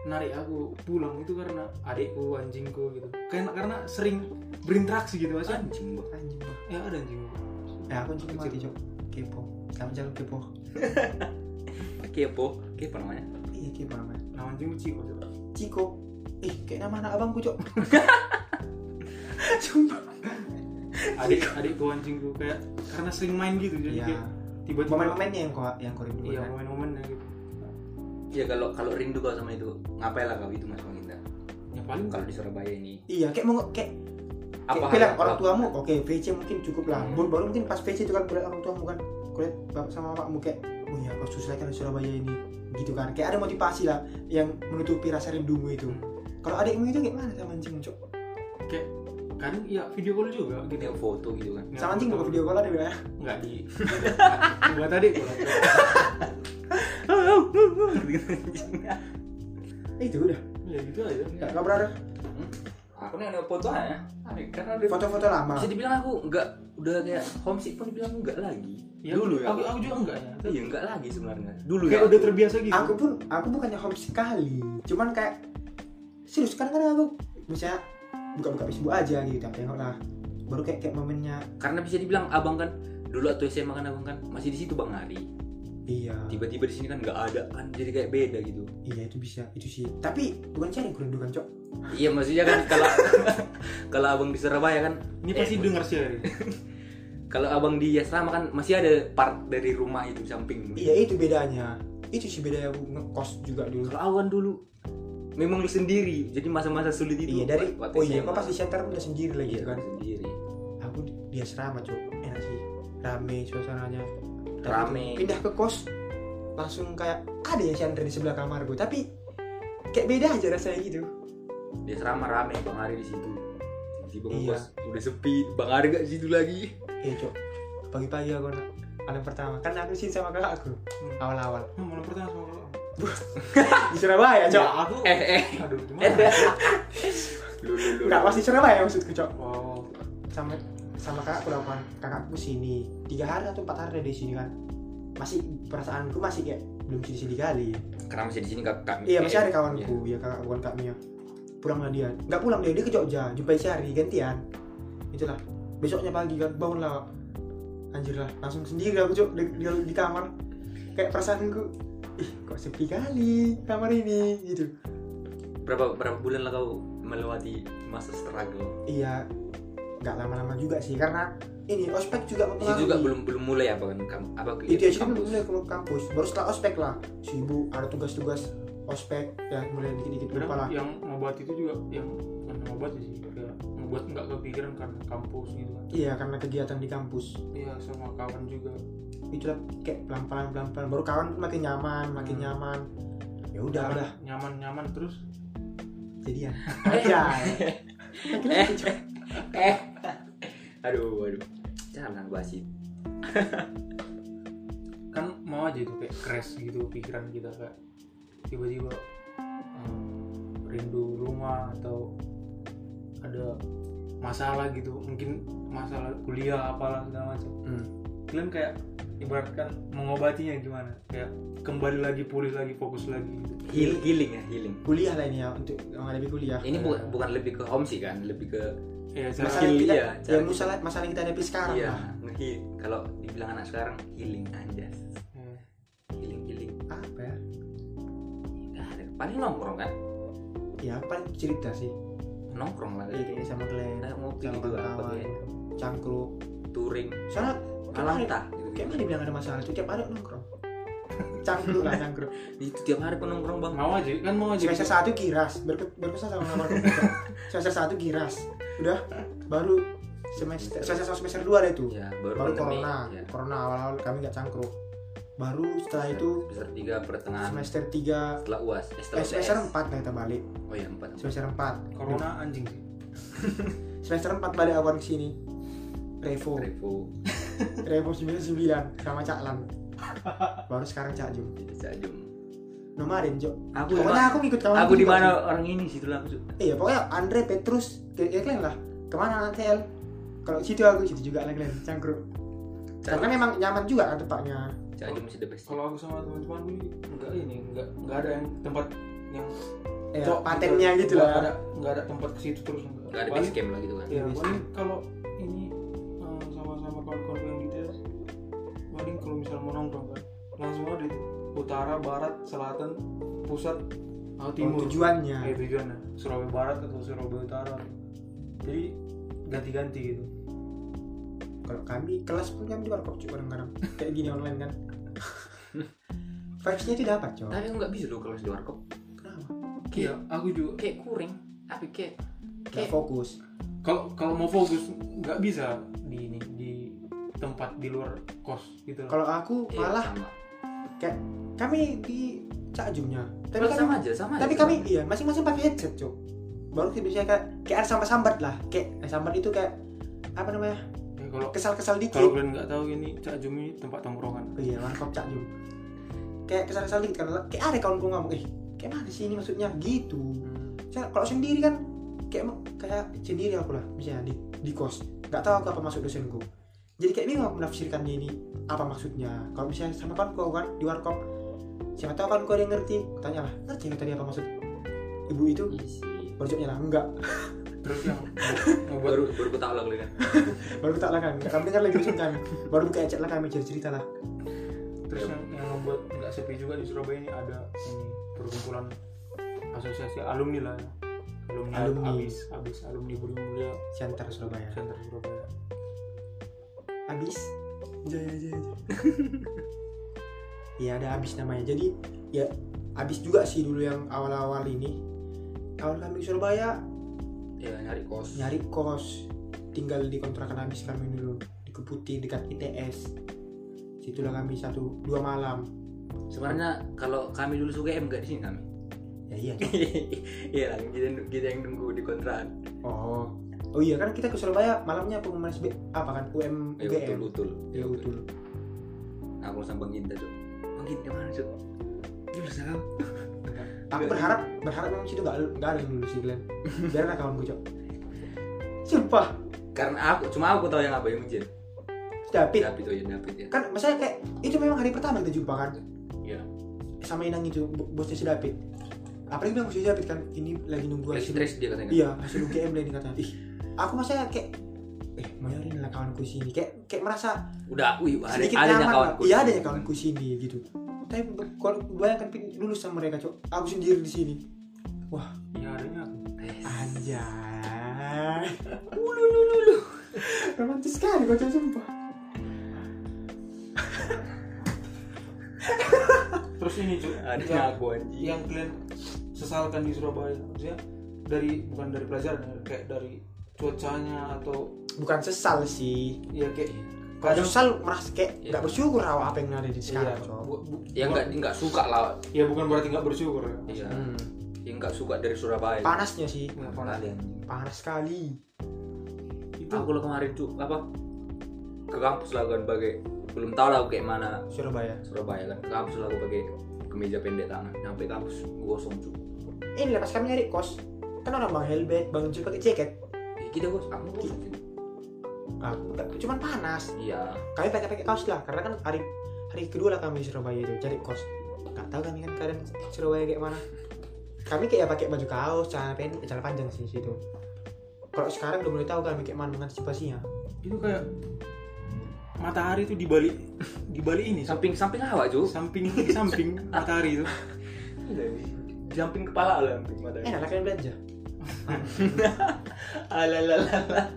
[SPEAKER 3] narik aku pulang itu karena adikku anjingku gitu karena karena sering berinteraksi gitu aja
[SPEAKER 1] anjing Bang.
[SPEAKER 2] anjing Bang.
[SPEAKER 3] ya ada anjingku
[SPEAKER 2] ya aku cuma mati cok kepo kamu jangan kepo
[SPEAKER 1] kepo kepo namanya
[SPEAKER 2] Iya, kayak mana?
[SPEAKER 3] nah anjingku ciko Cuk.
[SPEAKER 2] Ciko. Ih, kayak nama anak abangku, Cok. Sumpah.
[SPEAKER 3] adik adikku anjingku kayak karena sering main gitu jadi
[SPEAKER 2] Iya.
[SPEAKER 3] kayak tiba-tiba
[SPEAKER 2] Momen-momennya yang kau yang kan. kau rindukan.
[SPEAKER 3] iya momen-momennya gitu
[SPEAKER 1] ya kalau kalau rindu kau sama itu ngapain lah kau itu mas Bang Indah
[SPEAKER 3] ya paling
[SPEAKER 1] kalau di Surabaya ini
[SPEAKER 2] Iya, kayak mau kayak, kayak
[SPEAKER 1] apa
[SPEAKER 2] bilang
[SPEAKER 1] hal-
[SPEAKER 2] orang
[SPEAKER 1] apa-
[SPEAKER 2] tuamu, oke VC mungkin cukup lah.
[SPEAKER 1] Hmm.
[SPEAKER 2] Baru, baru mungkin pas VC itu kan kulihat orang tuamu kan, kulihat bapak sama makmu kayak, oh ya, kau susah kan di Surabaya ini, gitu kan. Kayak ada motivasi lah yang menutupi rasa rindumu itu. Kalau adikmu itu gimana sama anjing, Cok?
[SPEAKER 3] kayak kadang ya video call juga gitu
[SPEAKER 1] Dia foto gitu kan.
[SPEAKER 2] Sama anjing buka video call ada ya?
[SPEAKER 3] nggak di buat tadi gua
[SPEAKER 2] Eh, itu udah.
[SPEAKER 3] ya gitu aja
[SPEAKER 2] Enggak kabar ada
[SPEAKER 1] Aku nih ada foto aja. Aneh, Karena udah
[SPEAKER 2] foto-foto lama.
[SPEAKER 1] bisa dibilang aku nggak udah kayak homesick pun dibilang enggak lagi.
[SPEAKER 3] ya
[SPEAKER 1] dulu ya.
[SPEAKER 3] aku, aku juga enggak ya
[SPEAKER 1] Iya enggak lagi sebenarnya. Dulu
[SPEAKER 3] kayak
[SPEAKER 1] ya.
[SPEAKER 3] udah terbiasa gitu
[SPEAKER 2] Aku pun aku bukannya homesick sekali. Cuman kayak serius kadang-kadang aku misalnya buka-buka Facebook aja gitu, tak tengok lah. Baru kayak kayak momennya
[SPEAKER 1] Karena bisa dibilang abang kan dulu atau SMA kan abang kan masih di situ bang Hari.
[SPEAKER 2] iya.
[SPEAKER 1] Tiba-tiba di sini kan nggak ada kan jadi kayak beda gitu.
[SPEAKER 2] Iya itu bisa, itu sih. Tapi bukan cari kerendukan, Cok.
[SPEAKER 1] Iya maksudnya kan kalau kalau abang di Surabaya kan
[SPEAKER 3] ini pasti denger sih hari ini.
[SPEAKER 1] kalau abang di asrama kan masih ada part dari rumah itu samping.
[SPEAKER 2] Iya itu bedanya. Itu sih bedanya aku ngekos juga dulu.
[SPEAKER 1] Kalau awan dulu memang lu sendiri jadi masa-masa sulit itu.
[SPEAKER 2] Iya dari
[SPEAKER 1] Waktu
[SPEAKER 2] oh iya
[SPEAKER 1] SMA.
[SPEAKER 2] kau pasti center udah sendiri lagi
[SPEAKER 1] Iya
[SPEAKER 2] kan.
[SPEAKER 1] kan sendiri.
[SPEAKER 2] Aku di- di asrama cok enak sih rame suasananya. Tapi
[SPEAKER 1] Rame.
[SPEAKER 2] tuh, Pindah ke kos langsung kayak ada ya center di sebelah kamar gue tapi kayak beda aja rasanya gitu.
[SPEAKER 1] Di asrama rame bang Hari di situ. Tiba-tiba
[SPEAKER 2] Iya.
[SPEAKER 1] ngekos, udah sepi bang Hari gak di situ lagi.
[SPEAKER 2] Iya cok pagi-pagi aku nak malam pertama kan aku sih sama kakak aku
[SPEAKER 3] Hmm.
[SPEAKER 2] awal-awal
[SPEAKER 3] Nah, malam pertama sama lo
[SPEAKER 2] di Surabaya
[SPEAKER 3] ya
[SPEAKER 2] cok.
[SPEAKER 3] aku
[SPEAKER 1] Eh eh.
[SPEAKER 3] aduh gimana
[SPEAKER 1] Lu lu lu.
[SPEAKER 2] Enggak pasti Surabaya maksudku cok.
[SPEAKER 3] wow
[SPEAKER 2] sama sama kakakku lah Pan. kakakku sini tiga hari atau empat hari dari sini kan masih perasaanku masih kayak belum sini sini kali
[SPEAKER 1] Karena masih di sini kakak.
[SPEAKER 2] iya masih ada kawanku ya kakak bukan kak Mia pulanglah dia nggak pulang dia dia ke Jogja jumpai sehari gantian itulah besoknya pagi kan bangun lah anjir lah langsung sendiri aku cok di, di- di kamar kayak perasaanku ih kok sepi kali kamar ini gitu
[SPEAKER 1] Berapa berapa bulan lah kau melewati masa struggle?
[SPEAKER 2] iya nggak lama-lama juga sih karena ini ospek juga
[SPEAKER 1] Itu juga
[SPEAKER 2] mempengaruhi.
[SPEAKER 1] belum belum mulai apa kan kam- apa
[SPEAKER 2] itu
[SPEAKER 1] kegiatan
[SPEAKER 2] aja kan mulai ke kampus baru setelah ospek lah sibuk ada tugas-tugas ospek ya mulai dikit-dikit lupa lah
[SPEAKER 3] Kadang yang ngebuat itu juga yang bukan ngebuat sih kayak ngebuat nggak kepikiran karena kampus gitu kan
[SPEAKER 2] iya karena kegiatan di kampus
[SPEAKER 3] iya sama kawan juga
[SPEAKER 2] itulah kayak pelan-pelan pelan-pelan baru kawan makin nyaman makin
[SPEAKER 3] Hmm.
[SPEAKER 2] nyaman ya udah udah
[SPEAKER 3] nyaman nyaman terus
[SPEAKER 2] jadian ya
[SPEAKER 1] Eh. eh. Aduh, aduh. Jangan bahas itu.
[SPEAKER 3] kan mau aja itu kayak crash gitu pikiran kita kayak tiba-tiba em, rindu rumah atau ada masalah gitu mungkin masalah kuliah apalah segala macam kalian kayak ibaratkan mengobatinya gimana kayak kembali lagi pulih lagi fokus lagi gitu
[SPEAKER 1] Heal- healing ya, healing.
[SPEAKER 2] kuliah lah ini ya untuk menghadapi kuliah
[SPEAKER 1] Ini bukan bukan lebih ke homesick kan, lebih ke
[SPEAKER 3] ya cara
[SPEAKER 2] masalah yang
[SPEAKER 1] skill
[SPEAKER 2] kita
[SPEAKER 1] iya,
[SPEAKER 2] ya
[SPEAKER 1] cara-
[SPEAKER 2] masalah masalah yang kita hadapi sekarang
[SPEAKER 1] iya,
[SPEAKER 2] lah
[SPEAKER 1] ngeheal. Kalau dibilang anak sekarang healing aja.
[SPEAKER 3] Hmm.
[SPEAKER 1] Healing healing.
[SPEAKER 2] apa ya
[SPEAKER 1] Nah, paling nongkrong kan?
[SPEAKER 2] ya paling cerita sih
[SPEAKER 1] Nongkrong lah.
[SPEAKER 2] Iya, kayaknya sama klien
[SPEAKER 1] Nah, ngopi
[SPEAKER 2] sama
[SPEAKER 1] gitu lah,
[SPEAKER 2] kawan
[SPEAKER 1] pakai
[SPEAKER 2] cangkruk
[SPEAKER 1] touring,
[SPEAKER 2] soalnya
[SPEAKER 1] malam tah gitu.
[SPEAKER 2] Kayak mana dibilang ada masalah itu tiap hari aku nongkrong. Cangkruk lah cangkruk.
[SPEAKER 1] Itu tiap hari pun nongkrong bang.
[SPEAKER 3] mau aja kan mau aja
[SPEAKER 2] Semester satu giras, berke, berkesan sama nama aku. Semester satu giras, udah baru semester semester satu, semester dua ada itu.
[SPEAKER 1] Ya, baru,
[SPEAKER 2] Baru
[SPEAKER 1] pandemi,
[SPEAKER 2] corona,
[SPEAKER 1] ya.
[SPEAKER 2] corona awal-awal kami nggak cangkruk. Baru setelah itu
[SPEAKER 1] semester tiga pertengahan
[SPEAKER 2] semester tiga,
[SPEAKER 1] setelah uas, eh,
[SPEAKER 2] eh,
[SPEAKER 1] setelah
[SPEAKER 2] semester
[SPEAKER 1] UTS.
[SPEAKER 2] empat nah kita balik.
[SPEAKER 1] Oh ya empat. empat.
[SPEAKER 2] Semester empat,
[SPEAKER 3] corona anjing sih
[SPEAKER 2] semester empat balik awan ke sini. Revo,
[SPEAKER 1] Revo,
[SPEAKER 2] Revo 99 sama Cak Lan. Baru sekarang Cak Jum.
[SPEAKER 1] Sajum.
[SPEAKER 2] Nomaden, Jok.
[SPEAKER 1] Aku di
[SPEAKER 2] Pokoknya
[SPEAKER 1] mana?
[SPEAKER 2] aku ngikut kawan
[SPEAKER 1] Aku di mana orang ini sih tulang aku.
[SPEAKER 2] Iya pokoknya Andre Petrus kayak kayak kalian lah. Kemana nanti El? Kalau situ aku situ juga lah kalian cangkruk. Karena memang nyaman juga kan tempatnya.
[SPEAKER 1] Sajum masih the best.
[SPEAKER 3] kalau aku sama teman-teman ini enggak ini enggak enggak ada yang tempat yang
[SPEAKER 2] Eh,
[SPEAKER 3] cocok
[SPEAKER 2] patennya gitu
[SPEAKER 3] Enggak
[SPEAKER 2] lah.
[SPEAKER 3] ada enggak ada tempat ke situ terus enggak
[SPEAKER 1] Gak ada
[SPEAKER 3] Paling-
[SPEAKER 1] base camp lah gitu kan.
[SPEAKER 3] ya
[SPEAKER 2] Base
[SPEAKER 3] paling kalau ini eh, sama-sama kawan-kawan yang di TS paling kalau misal mau nongkrong kan langsung ada itu utara barat selatan pusat atau
[SPEAKER 2] Oh,
[SPEAKER 1] Iya.
[SPEAKER 3] timur
[SPEAKER 2] tujuannya.
[SPEAKER 3] ya tujuannya Surabaya Barat atau Surabaya Utara jadi ganti-ganti gitu
[SPEAKER 2] Kalau kami kelas pun kami di warkop cuy kadang-kadang. Kayak gini online kan. Vibes-nya itu dapat, Cok.
[SPEAKER 1] Tapi aku nggak bisa loh kalau di warkop.
[SPEAKER 2] Kenapa?
[SPEAKER 3] iya aku juga
[SPEAKER 1] Kayak kuring. Tapi kayak
[SPEAKER 2] Gak fokus.
[SPEAKER 3] kalau kalau mau fokus nggak bisa di ini di tempat di luar kos gitu loh.
[SPEAKER 2] Kalau aku
[SPEAKER 1] Iya,
[SPEAKER 2] malah
[SPEAKER 1] sama.
[SPEAKER 2] kami di Cak Jumnya. Tapi
[SPEAKER 1] Tapi
[SPEAKER 2] kami
[SPEAKER 1] sama aja, sama aja.
[SPEAKER 2] tapi kami iya masing-masing pakai headset, Cok. baru hidupnya kayak kayak ada sambat-sambat lah kayak eh, sambat itu kayak apa namanya
[SPEAKER 3] ya kalau
[SPEAKER 2] kesal-kesal dikit
[SPEAKER 3] kalau kalian nggak tahu ini Cak Jum ini tempat tongkrongan
[SPEAKER 2] oh iya warkop cak Jum. kayak kesal-kesal dikit kan kayak ada kawan gue ngomong eh kayak mana sih ini maksudnya gitu
[SPEAKER 3] Hmm.
[SPEAKER 2] saya kalau sendiri kan kayak emang- kayak sendiri aku lah misalnya di, di kos nggak tahu aku apa maksud dosenku jadi kayak bingung aku menafsirkannya ini apa maksudnya kalau misalnya sama kan kau kan di warkop siapa tahu kan kau ada yang ngerti tanya lah ngerti nggak tadi apa maksud ibu itu
[SPEAKER 1] isi
[SPEAKER 2] baru jawabnya lah enggak
[SPEAKER 3] terus yang mau buat
[SPEAKER 1] baru baru ku tahu lah kali kan
[SPEAKER 2] baru tak lah kami kami dengar lagi dosen kami baru buka chat lah kami cerita cerita lah
[SPEAKER 3] terus
[SPEAKER 2] Iya.
[SPEAKER 3] yang yang membuat nggak sepi juga di Surabaya ini ada ini perkumpulan asosiasi alumni lah alumni,
[SPEAKER 2] Alumni.
[SPEAKER 3] abis abis alumni Budi Mulia
[SPEAKER 2] Siantar Surabaya
[SPEAKER 3] Center Surabaya
[SPEAKER 2] habis jaya jaya ya ada habis namanya jadi ya habis juga sih dulu yang awal-awal ini kalau kami di Surabaya
[SPEAKER 1] ya nyari kos
[SPEAKER 2] nyari kos tinggal di kontrakan habis kami dulu di Keputi dekat ITS situlah kami satu dua malam
[SPEAKER 1] sebenarnya kalau kami dulu suka M gak di sini kami
[SPEAKER 2] ya iya
[SPEAKER 1] iya lah kita, kita yang nunggu di kontrakan
[SPEAKER 2] oh oh iya kan kita ke Surabaya malamnya pengumuman SB apa kan UM
[SPEAKER 1] ya utul
[SPEAKER 2] UGM
[SPEAKER 1] utul Nah,
[SPEAKER 2] ya betul
[SPEAKER 1] aku sama bang Ginta tuh bang Ginta mana tuh lulus kau
[SPEAKER 2] aku
[SPEAKER 1] Iya.
[SPEAKER 2] berharap berharap memang situ gak, nggak ada yang lulus sih Glenn biarlah kawan gue cok sumpah
[SPEAKER 1] karena aku cuma aku tahu yang apa yang ujian
[SPEAKER 2] David
[SPEAKER 1] David oh ya David ya
[SPEAKER 2] kan maksudnya kayak itu memang hari pertama kita jumpa kan
[SPEAKER 1] Iya.
[SPEAKER 2] sama Inang itu bo- bosnya si David apalagi bilang bosnya si David kan ini lagi nunggu
[SPEAKER 1] lagi
[SPEAKER 2] hasil
[SPEAKER 1] stres dia katanya
[SPEAKER 2] iya hasil UGM lah ini katanya ih aku maksudnya kayak eh mayorin lah kawanku sini kayak kayak merasa
[SPEAKER 1] udah wih ada
[SPEAKER 2] sedikit
[SPEAKER 1] adanya
[SPEAKER 2] nyaman
[SPEAKER 1] kawan
[SPEAKER 2] lah. iya adanya kawanku sini gitu tapi be- kalau bayangkan pin- lulus sama mereka cok aku sendiri di sini
[SPEAKER 3] ya adanya aku
[SPEAKER 2] anjay romantis sekali kau cok sumpah
[SPEAKER 3] terus ini cuy
[SPEAKER 1] adanya
[SPEAKER 3] yang,
[SPEAKER 1] aku anjing
[SPEAKER 3] yang kalian sesalkan di Surabaya maksudnya dari bukan dari pelajaran ya, kayak dari cuacanya atau
[SPEAKER 2] bukan sesal sih
[SPEAKER 3] ya kayak
[SPEAKER 2] kalau
[SPEAKER 3] kadang
[SPEAKER 2] sesal merasa kayak
[SPEAKER 1] Iya.
[SPEAKER 2] nggak bersyukur awal apa yang ada di
[SPEAKER 3] iya,
[SPEAKER 2] sekarang cok
[SPEAKER 3] bu- bu-
[SPEAKER 1] yang nggak Ya nggak suka lah
[SPEAKER 3] ya bukan berarti nggak bersyukur ya
[SPEAKER 1] iya
[SPEAKER 2] Hmm.
[SPEAKER 1] yang nggak suka dari Surabaya
[SPEAKER 2] panasnya sih
[SPEAKER 3] Nggak panas.
[SPEAKER 1] Kalian.
[SPEAKER 2] panas sekali
[SPEAKER 1] itu aku lo kemarin tuh apa ke kampus lah kan pakai belum tahu lah aku kayak mana
[SPEAKER 2] Surabaya
[SPEAKER 1] Surabaya kan ke kampus lah aku pakai kemeja pendek tangan nyampe kampus gua kosong tuh
[SPEAKER 2] ini lah pas kami nyari kos kan orang bang helmet bang jul pakai jaket
[SPEAKER 1] eh, kita gua aku kosong sih
[SPEAKER 3] Ah.
[SPEAKER 2] aku nggak cuman panas
[SPEAKER 1] iya
[SPEAKER 2] kami pakai pakai kaos lah karena kan hari hari kedua lah kami di Surabaya itu cari kos nggak tahu kami kan keadaan Surabaya kayak mana kami kayak ya pakai baju kaos celana pendek celana panjang sih situ kalau sekarang udah mulai tahu kami kayak mana mengantisipasinya
[SPEAKER 3] itu kayak matahari itu di balik di balik ini sam-
[SPEAKER 1] samping samping awak tuh
[SPEAKER 3] samping samping matahari itu
[SPEAKER 1] di samping kepala lah samping mata
[SPEAKER 2] enak lah kalian belanja
[SPEAKER 1] Alalalala.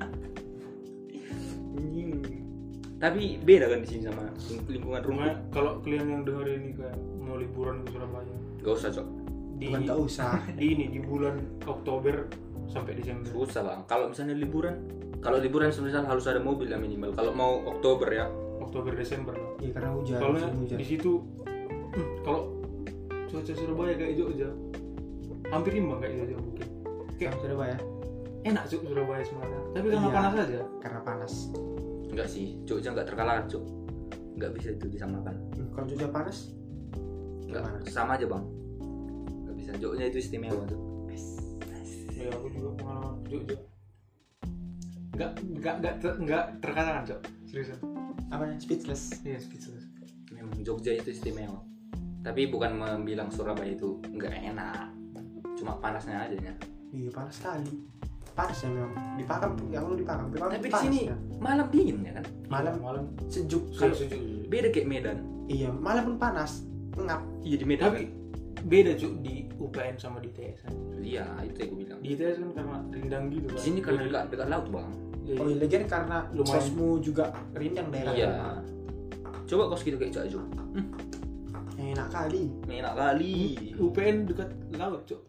[SPEAKER 1] Tapi beda kan di sini sama lingkungan rumah.
[SPEAKER 3] rumah kalau kalian yang dengar ini kayak mau liburan ke Surabaya
[SPEAKER 1] Gak usah cok,
[SPEAKER 3] di
[SPEAKER 2] bukan nggak usah
[SPEAKER 3] di ini di bulan Oktober sampai Desember
[SPEAKER 1] susah bang. Kalau misalnya liburan, kalau liburan sebenarnya harus ada mobil lah minimal. Kalau mau Oktober ya,
[SPEAKER 3] Oktober Desember lah
[SPEAKER 2] ya karena hujan
[SPEAKER 3] soalnya
[SPEAKER 2] musim hujan
[SPEAKER 3] di situ hmm, kalau cuaca Surabaya kayak Jogja hampir imbang kayak Jogja mungkin
[SPEAKER 2] Sama Surabaya
[SPEAKER 3] enak sih Surabaya sebenarnya tapi karena
[SPEAKER 2] Iya.
[SPEAKER 3] panas aja
[SPEAKER 2] karena panas
[SPEAKER 1] enggak sih. Jogja enggak terkalahkan cok, enggak bisa itu disamakan.
[SPEAKER 2] Hmm, kalau Jogja panas
[SPEAKER 1] Enggak,
[SPEAKER 2] Gimana?
[SPEAKER 1] sama aja bang. Enggak bisa. Jogja itu istimewa tuh.
[SPEAKER 3] ya aku juga pengalaman Jogja nggak nggak nggak ter, nggak terkatakan cok seriusan
[SPEAKER 2] apa namanya? speechless
[SPEAKER 3] iya speechless
[SPEAKER 1] Memang Jogja itu istimewa. Tapi bukan membilang Surabaya itu enggak enak. Cuma panasnya aja ya.
[SPEAKER 2] Iya panas sekali. Panas ya memang. Di Pakam yang lu di Pakam. Di Pakam
[SPEAKER 1] Tapi di
[SPEAKER 2] panas
[SPEAKER 1] sini
[SPEAKER 2] ya.
[SPEAKER 1] malam dingin ya kan.
[SPEAKER 2] malam
[SPEAKER 3] malam
[SPEAKER 2] sejuk.
[SPEAKER 1] Kalau-
[SPEAKER 3] serius, serius, serius.
[SPEAKER 1] Beda kayak Medan.
[SPEAKER 2] Iya malam pun panas. Ngap.
[SPEAKER 1] Iya di Medan.
[SPEAKER 3] tapi beda cok di UPN sama di ITS kan.
[SPEAKER 1] Iya, itu yang gue bilang.
[SPEAKER 3] di ITS kan karena rindang gitu kan
[SPEAKER 1] Di sini karena
[SPEAKER 3] Jadi-
[SPEAKER 1] dekat dekat laut, Bang.
[SPEAKER 3] jadi-
[SPEAKER 2] Oh iya lagian karena
[SPEAKER 3] Lumayan.
[SPEAKER 2] sosmu juga rindang daerah.
[SPEAKER 1] Iya. Coba kos gitu kayak Cakjo.
[SPEAKER 2] Yang enak kali.
[SPEAKER 1] Enak kali.
[SPEAKER 3] UPN dekat laut cok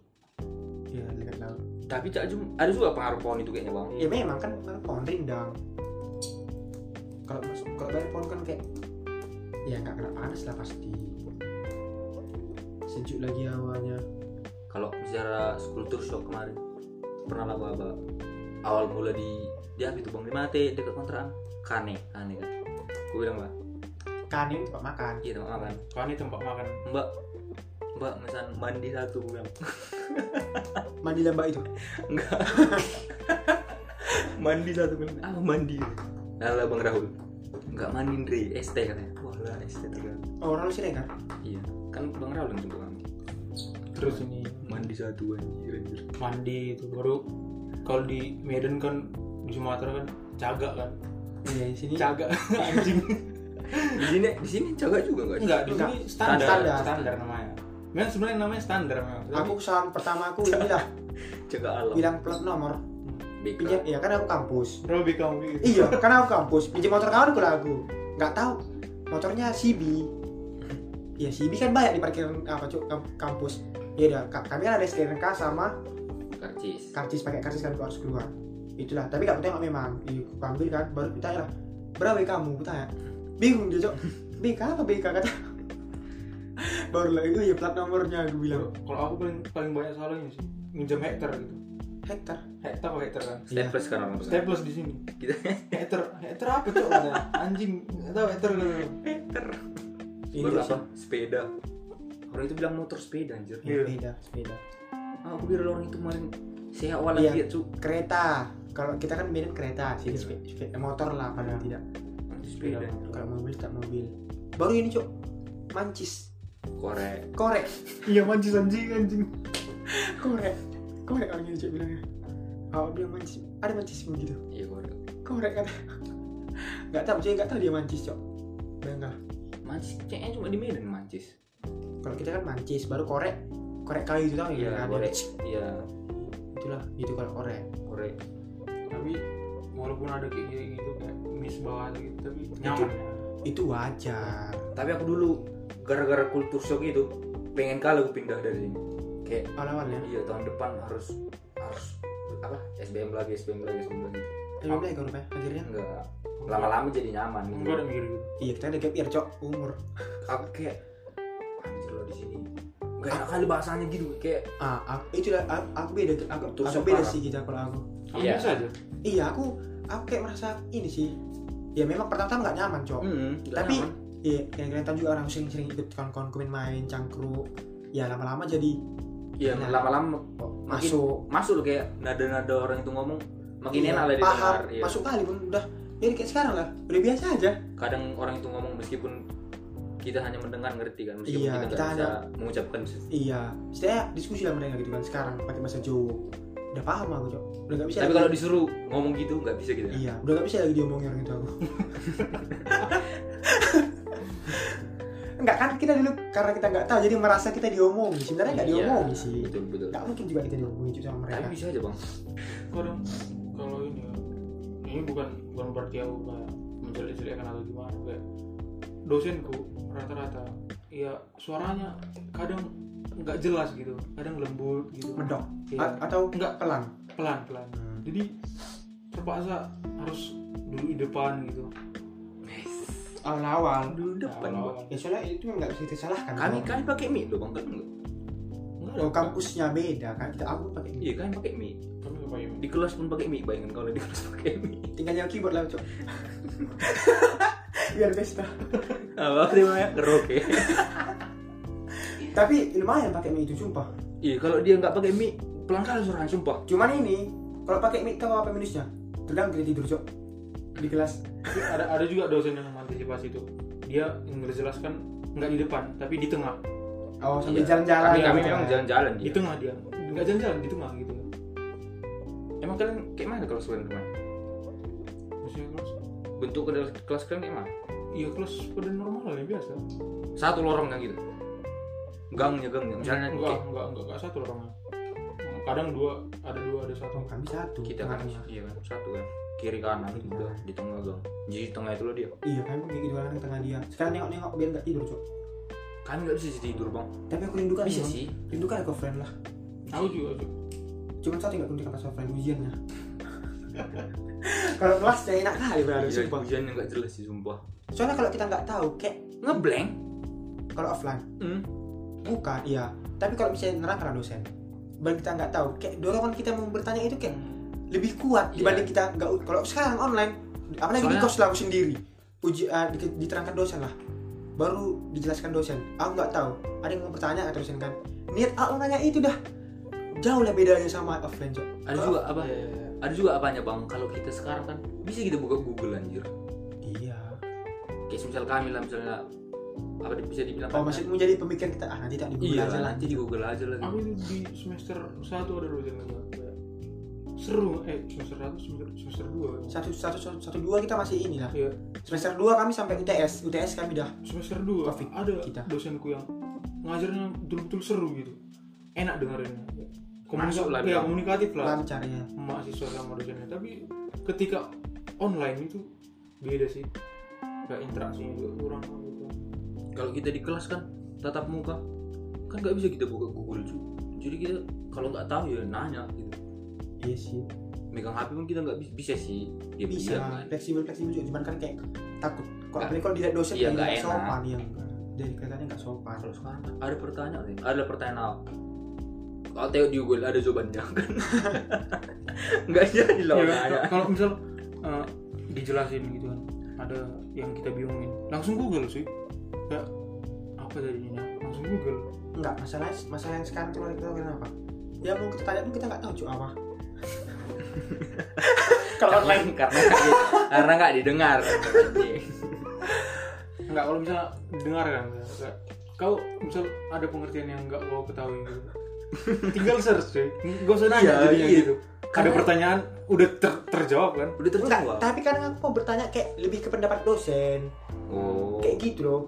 [SPEAKER 2] Iya dekat laut.
[SPEAKER 1] Tapi Cakjo ada juga pengaruh pohon itu kayaknya, Bang.
[SPEAKER 2] Ya memang kan kan pohon rindang. Kalau mas- kalau banyak pohon kan kayak ya nggak kena panas lah pasti. Sejuk lagi hawanya.
[SPEAKER 1] Kalau bicara kultur shock kemarin, pernah laku apa awal mula di dia itu bang mate dekat kontrakan kane kane kan gue bilang mbak
[SPEAKER 2] kan ini tempat makan
[SPEAKER 1] iya tempat makan
[SPEAKER 3] Kalau ini tempat makan
[SPEAKER 1] mbak mbak pesan mandi satu gue bilang
[SPEAKER 2] mandi lembah itu
[SPEAKER 1] enggak mandi satu gue bilang, ah mandi lala bang Rahul enggak mandi Dre ST katanya wah lah ST tiga
[SPEAKER 2] oh, orang lu sering kan
[SPEAKER 1] iya kan bang Rahul yang jemput kami
[SPEAKER 3] terus ini
[SPEAKER 1] mandi satu anjir anjir
[SPEAKER 3] mandi itu baru kalau di Medan kan di Sumatera kan caga kan
[SPEAKER 2] iya di sini
[SPEAKER 3] caga anjing
[SPEAKER 1] di sini di sini cagak juga enggak sih?
[SPEAKER 3] enggak di sini standar
[SPEAKER 2] Standar.
[SPEAKER 3] standar, namanya memang sebenarnya namanya standar memang
[SPEAKER 2] aku kesalahan pertama aku inilah
[SPEAKER 1] cagak alam
[SPEAKER 2] bilang plat nomor
[SPEAKER 1] Bika.
[SPEAKER 2] pinjam iya kan aku kampus
[SPEAKER 3] Robi kamu gitu.
[SPEAKER 2] iya karena aku kampus pinjam motor kawan aku lagu nggak tahu motornya CB ya CB kan banyak di parkiran apa cuk kamp- kampus ya udah ka- kami kan ada STNK sama
[SPEAKER 1] karcis
[SPEAKER 2] karcis pakai karcis kan harus keluar itulah tapi nggak tengok memang Ih, aku ambil kan baru ditanya lah berapa BK kamu aku tanya bingung dia cuk BK apa BK kata baru lah itu ya plat nomornya aku bilang
[SPEAKER 3] Kalau aku paling paling banyak salahnya sih minjam hektar gitu.
[SPEAKER 2] Hector
[SPEAKER 3] Hektar apa hektar kan?
[SPEAKER 2] Iya.
[SPEAKER 1] staples kan orang pesan
[SPEAKER 3] Staples di sini.
[SPEAKER 1] kita
[SPEAKER 3] Hektar, hektar apa tuh? Anjing, nggak tahu hektar gitu.
[SPEAKER 2] ini
[SPEAKER 1] baru
[SPEAKER 2] sih
[SPEAKER 1] apa sepeda orang itu bilang motor sepeda anjir
[SPEAKER 2] Ya,
[SPEAKER 3] Iya.
[SPEAKER 2] sepeda sepeda
[SPEAKER 1] ah, aku bilang orang itu kemarin saya awal
[SPEAKER 2] Iya.
[SPEAKER 1] lihat cu
[SPEAKER 2] kereta kalau kita kan beda kereta sih
[SPEAKER 1] Iya.
[SPEAKER 2] sepe- sepe- eh, motor lah paling
[SPEAKER 3] Iya.
[SPEAKER 2] tidak
[SPEAKER 1] Orang itu sepeda
[SPEAKER 3] Sepeda.
[SPEAKER 2] kalau mobil tak mobil baru ini cok mancis
[SPEAKER 1] korek
[SPEAKER 2] korek
[SPEAKER 3] Iya mancis anjing anjing.
[SPEAKER 2] korek korek orang ini cok bilangnya awak bilang mancis ada mancis begitu
[SPEAKER 1] iya korek
[SPEAKER 2] korek kan nggak tahu cuy nggak tahu dia mancis cok bayang nggak?
[SPEAKER 1] mancis kayaknya cuma di Medan mancis
[SPEAKER 2] kalau kita kan mancis baru korek korek kayu itu tau nggak
[SPEAKER 1] Iya,
[SPEAKER 2] yang ada?
[SPEAKER 1] korek.
[SPEAKER 2] Cik,
[SPEAKER 1] iya
[SPEAKER 2] itulah itu kalau korek
[SPEAKER 1] korek
[SPEAKER 3] Tapi walaupun ada kayak gitu, gitu kayak miss bawah gitu, tapi nyaman.
[SPEAKER 2] itu wajar
[SPEAKER 1] tapi aku dulu gara-gara kultur shock itu pengen kalau aku pindah dari sini kayak
[SPEAKER 2] awal-awalnya
[SPEAKER 1] iya tahun depan harus harus apa SBM lagi SBM lagi SBM lagi
[SPEAKER 2] lebih baik kalau ya akhirnya
[SPEAKER 1] enggak lama-lama jadi nyaman gitu
[SPEAKER 3] Enggak ada mikir gitu.
[SPEAKER 2] iya kita ada gap year cok umur
[SPEAKER 1] aku kayak anjir lo di sini nggak enak kali bahasanya gitu kayak
[SPEAKER 2] ah aku, itu lah aku, aku beda aku,
[SPEAKER 1] Tuh,
[SPEAKER 2] aku beda
[SPEAKER 1] separah.
[SPEAKER 2] sih kita kalau aku
[SPEAKER 3] Kamu
[SPEAKER 1] Iya.
[SPEAKER 3] bisa aja.
[SPEAKER 2] iya aku aku kayak merasa ini sih ya memang pertama-tama nggak nyaman
[SPEAKER 1] Hmm.
[SPEAKER 2] cok
[SPEAKER 1] nggak
[SPEAKER 2] Tapi-
[SPEAKER 1] nyaman.
[SPEAKER 2] Iya, yang kelihatan juga orang sering-sering ikut kawan-kawan ku main- main cangkruk. Ya lama-lama jadi
[SPEAKER 1] ya
[SPEAKER 2] Nah.
[SPEAKER 1] lama-lama makin
[SPEAKER 2] masuk
[SPEAKER 1] masuk loh kayak nada-nada orang itu ngomong makin
[SPEAKER 2] Iya,
[SPEAKER 1] enak lah
[SPEAKER 2] paham,
[SPEAKER 1] didengar iya.
[SPEAKER 2] masuk kali pun udah jadi kayak sekarang lah, udah biasa aja.
[SPEAKER 1] kadang orang itu ngomong meskipun kita hanya mendengar ngerti kan meskipun
[SPEAKER 2] Iya,
[SPEAKER 1] kita nggak
[SPEAKER 2] kita
[SPEAKER 1] bisa mengucapkan
[SPEAKER 2] Iya, saya diskusi lah mereka gitu kan sekarang pakai bahasa Jawa. Udah paham aku, Cok. Udah gak bisa.
[SPEAKER 1] tapi
[SPEAKER 2] lagi-
[SPEAKER 1] kalau disuruh ngomong gitu nggak bisa gitu
[SPEAKER 2] Iya, udah gak bisa lagi diomongin orang itu aku. Enggak kan kita dulu karena kita nggak tahu jadi merasa kita diomongi. Sebenarnya nggak diomongi sih.
[SPEAKER 1] Iya, betul betul
[SPEAKER 2] Nggak mungkin juga kita diomongi Cok, sama
[SPEAKER 1] tapi
[SPEAKER 2] mereka.
[SPEAKER 1] bisa aja bang
[SPEAKER 3] Kadang kalau ini ya, ini bukan bukan berarti aku kayak menjelek-jelekan atau gimana kayak dosenku rata-rata ya suaranya kadang nggak jelas gitu kadang lembut gitu
[SPEAKER 2] Medok
[SPEAKER 3] Iya.
[SPEAKER 2] A- atau
[SPEAKER 3] Nggak.
[SPEAKER 2] pelan.
[SPEAKER 3] pelan-pelan jadi terpaksa harus dulu di depan gitu Nah,
[SPEAKER 2] Awal-awal
[SPEAKER 1] dulu depan Bang.
[SPEAKER 3] Kalau-
[SPEAKER 2] ya soalnya itu nggak bisa disalahkan
[SPEAKER 1] kami
[SPEAKER 2] Bang.
[SPEAKER 1] kami pakai mie loh bang kan nggak?
[SPEAKER 3] Nggak ada
[SPEAKER 2] kalau kampusnya beda kan kita aku pakai
[SPEAKER 1] iya kami pakai mie
[SPEAKER 3] kami nggak pakai
[SPEAKER 1] di kelas pun pakai mie bayangkan kalau di kelas pakai mie
[SPEAKER 2] tinggal nyawa keyboard lah cok biar pesta
[SPEAKER 1] apa ya? namanya karaoke
[SPEAKER 2] tapi lumayan pakai mie itu sumpah
[SPEAKER 1] iya kalau dia nggak pakai mie pelan kali suaranya sumpah
[SPEAKER 2] cuman ini kalau pakai mie tahu apa minusnya terkadang kita tidur cok di kelas
[SPEAKER 3] Tapi ada ada juga dosen yang mengantisipasi itu dia nggak jelaskan nggak di depan tapi di tengah
[SPEAKER 2] oh sambil
[SPEAKER 1] Iya.
[SPEAKER 2] jalan-jalan
[SPEAKER 1] kami
[SPEAKER 2] gitu
[SPEAKER 1] kami
[SPEAKER 2] kan.
[SPEAKER 1] memang jalan-jalan
[SPEAKER 3] di
[SPEAKER 1] gitu
[SPEAKER 3] tengah dia nggak jalan-jalan di tengah gitu
[SPEAKER 1] emang kalian kayak mana kalau sekolah teman
[SPEAKER 3] maksudnya kelas
[SPEAKER 1] bentuk kelas kelas kalian kayak mana
[SPEAKER 3] iya kelas pada normal lah ya biasa
[SPEAKER 1] satu lorong kan gitu gangnya gangnya misalnya
[SPEAKER 3] enggak
[SPEAKER 1] kayak
[SPEAKER 3] enggak enggak, enggak satu orangnya kadang dua ada dua ada satu
[SPEAKER 2] oh, kami satu
[SPEAKER 1] kita kan
[SPEAKER 2] tengahnya.
[SPEAKER 1] iya kan satu kan kiri kanan gitu di tengah gang jadi di tengah itu loh dia
[SPEAKER 2] iya kami pakai gitu kan tengah dia sekarang nengok-nengok biar nggak tidur cok
[SPEAKER 1] kami Kan nggak bisa sih tidur bang
[SPEAKER 2] tapi aku rindukan
[SPEAKER 1] bisa
[SPEAKER 2] Bang.
[SPEAKER 1] sih
[SPEAKER 2] rindukan aku friend lah
[SPEAKER 3] aku juga Cuk.
[SPEAKER 2] cuman satu nggak rindukan pas friend ujiannya ya. kalau kelas ya enak kali berarti
[SPEAKER 1] Iya,
[SPEAKER 2] sumpah
[SPEAKER 1] hujan yang nggak jelas sih sumpah
[SPEAKER 2] soalnya kalau kita nggak tahu kayak
[SPEAKER 1] ngeblank
[SPEAKER 2] kalau offline
[SPEAKER 1] hmm.
[SPEAKER 2] bukan iya tapi kalau misalnya nerang karena dosen bahkan kita nggak tahu kayak dorongan kita mau bertanya itu kayak
[SPEAKER 3] Hmm.
[SPEAKER 2] lebih kuat
[SPEAKER 1] Iya.
[SPEAKER 2] dibanding kita nggak u- kalau sekarang online apalagi di
[SPEAKER 3] Soalnya-
[SPEAKER 2] kos lah aku sendiri uji eh, di- diterangkan dosen lah baru dijelaskan dosen aku nggak tahu ada yang mau bertanya nggak dosen kan niat aku nanya itu dah jauh lah bedanya sama offline Cok.
[SPEAKER 1] ada juga apa
[SPEAKER 3] Iya, iya, iya.
[SPEAKER 1] ada juga apanya bang kalau kita sekarang kan bisa kita buka Google anjir
[SPEAKER 2] iya
[SPEAKER 1] kayak misal kami lah misalnya apa di- bisa dibilang
[SPEAKER 2] oh
[SPEAKER 1] kan-
[SPEAKER 2] maksudmu jadi pemikiran kita ah nanti tak di Google
[SPEAKER 1] iya
[SPEAKER 2] aja lah
[SPEAKER 1] nanti di Google aja lah gitu.
[SPEAKER 3] aku itu di semester satu ada dosen gua. Kayak seru eh semester satu semester semester dua
[SPEAKER 2] satu satu satu, satu dua kita masih ini lah
[SPEAKER 3] Iya.
[SPEAKER 2] semester dua kami sampai UTS UTS kami dah
[SPEAKER 3] semester dua
[SPEAKER 2] Covid
[SPEAKER 3] ada
[SPEAKER 2] kita.
[SPEAKER 3] dosenku yang ngajarnya betul-betul seru gitu enak dengerinnya komunikatif
[SPEAKER 1] Masuk lah
[SPEAKER 3] ya,
[SPEAKER 1] dia.
[SPEAKER 3] komunikatif lah
[SPEAKER 2] lancarnya
[SPEAKER 3] mahasiswa sama dosennya tapi ketika online itu beda sih gak interaksi juga kurang gitu
[SPEAKER 1] kalau kita di kelas kan tatap muka kan nggak bisa kita buka Google cuy jadi kita kalau nggak tahu ya nanya gitu
[SPEAKER 2] iya sih
[SPEAKER 1] megang HP pun kita nggak bi- bisa sih Ya dia
[SPEAKER 2] bisa fleksibel fleksibel juga cuman kan kayak takut kalau
[SPEAKER 1] Nggak.
[SPEAKER 2] apalagi kalau dilihat dosen
[SPEAKER 1] Iya,
[SPEAKER 2] kayak
[SPEAKER 1] nggak
[SPEAKER 2] nggak
[SPEAKER 1] enak.
[SPEAKER 2] sopan ya dari kelihatannya nggak sopan
[SPEAKER 1] kalau sekarang kan ada pertanyaan nih ada pertanyaan kalau tengok di Google ada jawabannya kan nggak jadi lah
[SPEAKER 2] Iya,
[SPEAKER 3] Ya,
[SPEAKER 1] nanya.
[SPEAKER 3] kalau- kalau misal eh, dijelasin gitu kan ada yang kita bingungin langsung google sih kayak apa jadinya langsung google
[SPEAKER 2] nggak masalah masalah yang sekarang keluar itu kenapa ya mau kita tanya pun kita nggak tahu cuy apa kalau online
[SPEAKER 1] karena karena karena nggak didengar kan.
[SPEAKER 3] Enggak, kalau misalnya dengar kan misalnya, kayak, kau misal ada pengertian yang enggak kau ketahui gitu. Tinggal search cuy. Enggak usah nanya
[SPEAKER 1] Iya,
[SPEAKER 3] jadinya
[SPEAKER 1] iya.
[SPEAKER 3] gitu. Ada
[SPEAKER 2] Karena-
[SPEAKER 3] pertanyaan udah ter- terjawab kan?
[SPEAKER 1] udah
[SPEAKER 2] Enggak,
[SPEAKER 1] terjawab
[SPEAKER 2] tapi kadang aku mau bertanya kayak lebih ke pendapat dosen
[SPEAKER 1] oh
[SPEAKER 2] kayak gitu loh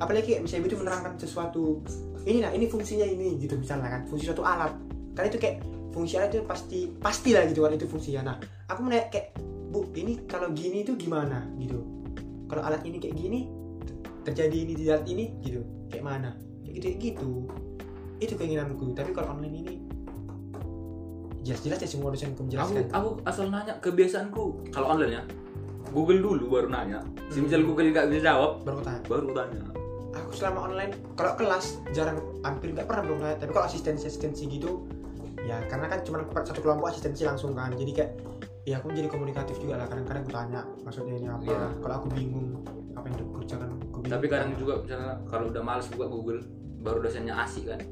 [SPEAKER 2] apalagi kayak misalnya itu menerangkan sesuatu ini nah ini fungsinya ini gitu misalnya kan fungsi suatu alat karena itu kayak fungsi alat itu pasti pastilah gitu kan itu fungsinya nah aku mau nanya kayak bu ini kalau gini itu gimana gitu kalau alat ini kayak gini terjadi ini di alat ini gitu kayak mana kayak gitu gitu itu keinginanku tapi kalau online ini jelas-jelas ya semua dosenku
[SPEAKER 1] aku
[SPEAKER 2] menjelaskan
[SPEAKER 1] aku asal nanya kebiasaanku kalau online ya Google dulu baru nanya misal Google nggak bisa jawab
[SPEAKER 2] baru aku tanya
[SPEAKER 1] baru tanya
[SPEAKER 2] aku selama online kalau kelas jarang hampir nggak pernah belum nanya tapi kalau asistensi asistensi gitu ya karena kan cuma satu kelompok asistensi langsung kan jadi kayak ya aku menjadi komunikatif juga lah kadang-kadang aku tanya maksudnya ini apa
[SPEAKER 1] Iya.
[SPEAKER 2] kalau aku bingung apa yang aku kerjakan aku bingung Iya.
[SPEAKER 1] tapi kadang juga misalnya kalau udah males buka Google baru dosennya asik kan tanya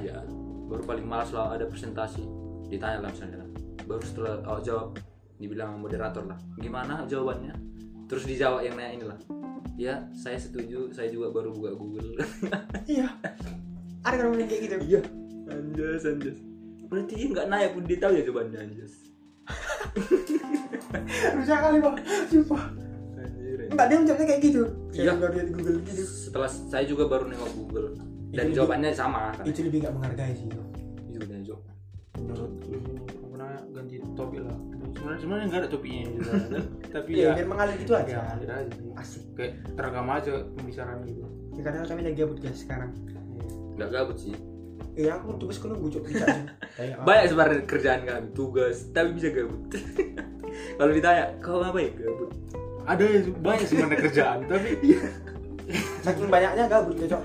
[SPEAKER 2] iya
[SPEAKER 1] aja baru paling males lah ada presentasi ditanya lah misalnya lah. baru setelah oh, jawab dibilang sama moderator lah gimana jawabannya terus dijawab yang nanya inilah ya saya setuju saya juga baru buka Google
[SPEAKER 2] iya ada kan yang kayak gitu
[SPEAKER 1] iya anjas anjas berarti ini nggak naik pun dia tahu ya jawabannya anjas
[SPEAKER 2] rusak kali pak sumpah
[SPEAKER 1] anjir
[SPEAKER 2] mbak dia menjawabnya kayak gitu
[SPEAKER 1] Iya.
[SPEAKER 2] iya baru lihat Google gitu
[SPEAKER 1] setelah saya juga baru nengok Google dan
[SPEAKER 2] Itu-
[SPEAKER 1] jawabannya sama kan
[SPEAKER 2] itu lebih nggak menghargai sih itu
[SPEAKER 1] itu dia jawab
[SPEAKER 3] Menurut lu ini apa namanya, ganti topik lah. Sebenarnya sebenarnya enggak ada topiknya gitu. kan. Tapi ya
[SPEAKER 2] iya biar mengalir gitu
[SPEAKER 3] ya
[SPEAKER 2] aja
[SPEAKER 3] ngalir aja sih.
[SPEAKER 2] asik
[SPEAKER 3] Kayak terekam aja pembicaraan gitu.
[SPEAKER 2] ya, kadang kami lagi gabut guys sekarang
[SPEAKER 1] nggak gabut sih
[SPEAKER 2] iya aku tugas kuno bujuk bicara Kayak apa?
[SPEAKER 1] banyak sebenarnya kerjaan kami tugas tapi bisa gabut kalau ditanya kau apa ya gabut
[SPEAKER 3] Ada banyak sebenarnya kerjaan, tapi
[SPEAKER 2] saking banyaknya gabut ya cok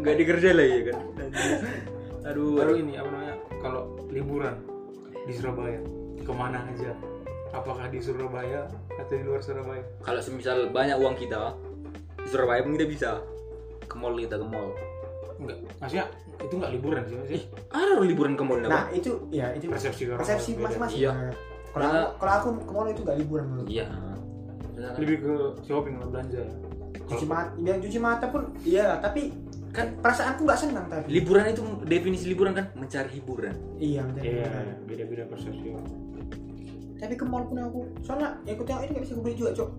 [SPEAKER 1] nggak dikerja lagi ya kan aduh
[SPEAKER 3] baru ini apa namanya? Kalau liburan di Surabaya kemana aja? Apakah di Surabaya atau di luar Surabaya?
[SPEAKER 1] kalau semisal banyak uang kita di Surabaya pun kita bisa ke mall kita ke mall
[SPEAKER 3] Enggak, maksudnya itu enggak liburan sih maksudnya.
[SPEAKER 1] ada orang liburan ke mall
[SPEAKER 2] nah
[SPEAKER 1] nah.
[SPEAKER 2] itu ya itu
[SPEAKER 3] persepsi orang
[SPEAKER 2] persepsi
[SPEAKER 3] beda.
[SPEAKER 2] masing-masing
[SPEAKER 1] Iya.
[SPEAKER 2] Nah, kalau aku, kalau aku ke mall itu gak liburan menurut
[SPEAKER 1] iya kan?
[SPEAKER 3] Lebih ke shopping lah belanja.
[SPEAKER 2] cuci mata bilang cuci mata pun iya lah tapi kan perasaanku gak senang tapi
[SPEAKER 1] liburan itu definisi liburan kan mencari hiburan
[SPEAKER 2] iya menjadi
[SPEAKER 3] Iya,
[SPEAKER 2] liburan.
[SPEAKER 3] beda-beda persepsi orang.
[SPEAKER 2] tapi ke mall pun aku soalnya yang aku tengok ini gak bisa aku beli juga cok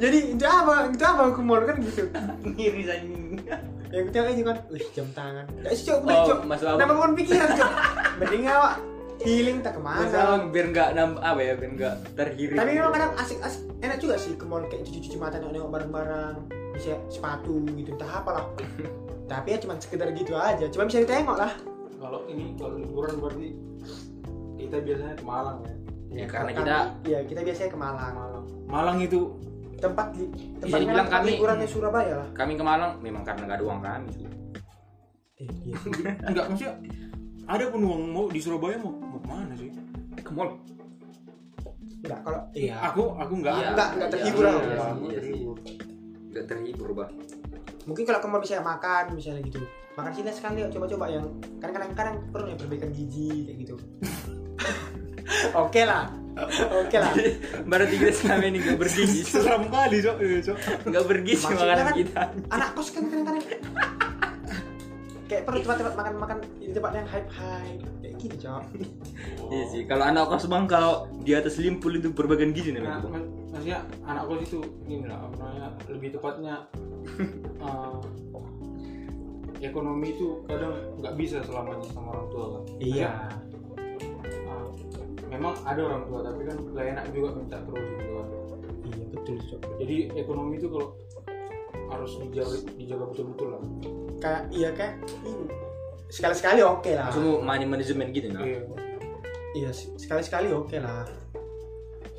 [SPEAKER 2] jadi itu apa itu apa ke mall kan gitu
[SPEAKER 1] ngiri anjing
[SPEAKER 2] yang aku tengok ini kan wih jam tangan gak sih cok aku beli
[SPEAKER 1] oh
[SPEAKER 2] cok
[SPEAKER 1] masalah
[SPEAKER 2] nama bukan pikiran cok mending awak healing tak kemana
[SPEAKER 1] masalah kan- biar nggak nambah apa ya biar nggak terhiri
[SPEAKER 2] tapi memang kadang asik-asik enak juga sih ke mall kayak cuci-cuci mata nengok-nengok bareng-bareng bisa sepatu gitu entah apalah tapi ya cuma sekedar gitu aja cuma bisa ditengok lah
[SPEAKER 3] Kalau ini kalau liburan berarti kita biasanya ke Malang ya.
[SPEAKER 1] ya karena kita
[SPEAKER 2] ya kita biasanya ke Malang
[SPEAKER 3] Malang. Malang itu
[SPEAKER 2] tempat di
[SPEAKER 1] dibilang
[SPEAKER 2] tempat memang tempat
[SPEAKER 1] kami-
[SPEAKER 2] liburannya Surabaya lah
[SPEAKER 1] kan? kami ke Malang memang karena nggak ada uang kami cuy
[SPEAKER 2] Eh, iya.
[SPEAKER 3] Enggak maksudnya ada pun uang mau di Surabaya mau mau kemana sih?
[SPEAKER 1] ke mall
[SPEAKER 2] Enggak kalau iya.
[SPEAKER 3] Aku aku enggak.
[SPEAKER 1] Iya,
[SPEAKER 2] enggak, enggak terhibur
[SPEAKER 1] iya,
[SPEAKER 2] aku.
[SPEAKER 1] iya,
[SPEAKER 3] aku
[SPEAKER 1] iya, iya.
[SPEAKER 3] terhibur.
[SPEAKER 1] Enggak terhibur, Bang.
[SPEAKER 2] Mungkin kalau kamu bisa makan misalnya gitu. Makan sini sekali coba-coba yang kan kadang-kadang perlu ya perbaikan gizi kayak gitu. Oke lah. Oke lah.
[SPEAKER 1] Berarti kita selama ini enggak bergizi.
[SPEAKER 3] Seram kali, Cok. Iya, Cok.
[SPEAKER 1] Enggak bergizi
[SPEAKER 2] Maksudnya
[SPEAKER 1] makanan
[SPEAKER 2] kan-
[SPEAKER 1] kita.
[SPEAKER 2] Anak kos kan kadang-kadang kayak perlu tempat-tempat makan-makan di tempat yang hype-hype kayak gitu, Cok.
[SPEAKER 1] Iya sih, kalau anak kos Bang kalau di atas limpul itu berbagan gizi
[SPEAKER 3] Nah,
[SPEAKER 1] namanya, itu, Bang.
[SPEAKER 3] mak- maksudnya anak kos itu gini lah, apa namanya, lebih tepatnya eh, ekonomi itu kadang nggak bisa selamanya sama orang tua kan.
[SPEAKER 2] Iya.
[SPEAKER 3] Ah, memang ada orang tua tapi kan gak enak juga minta terus gitu kan.
[SPEAKER 2] Iya, betul, Cok.
[SPEAKER 3] Jadi ekonomi itu kalau harus dijaga dijaga betul-betul lah.
[SPEAKER 2] Kayak iya kayak ini. Sekali-sekali oke lah.
[SPEAKER 1] Maksudmu money management gitu, nah.
[SPEAKER 3] Iya.
[SPEAKER 2] Iya, se- sekali-sekali oke lah.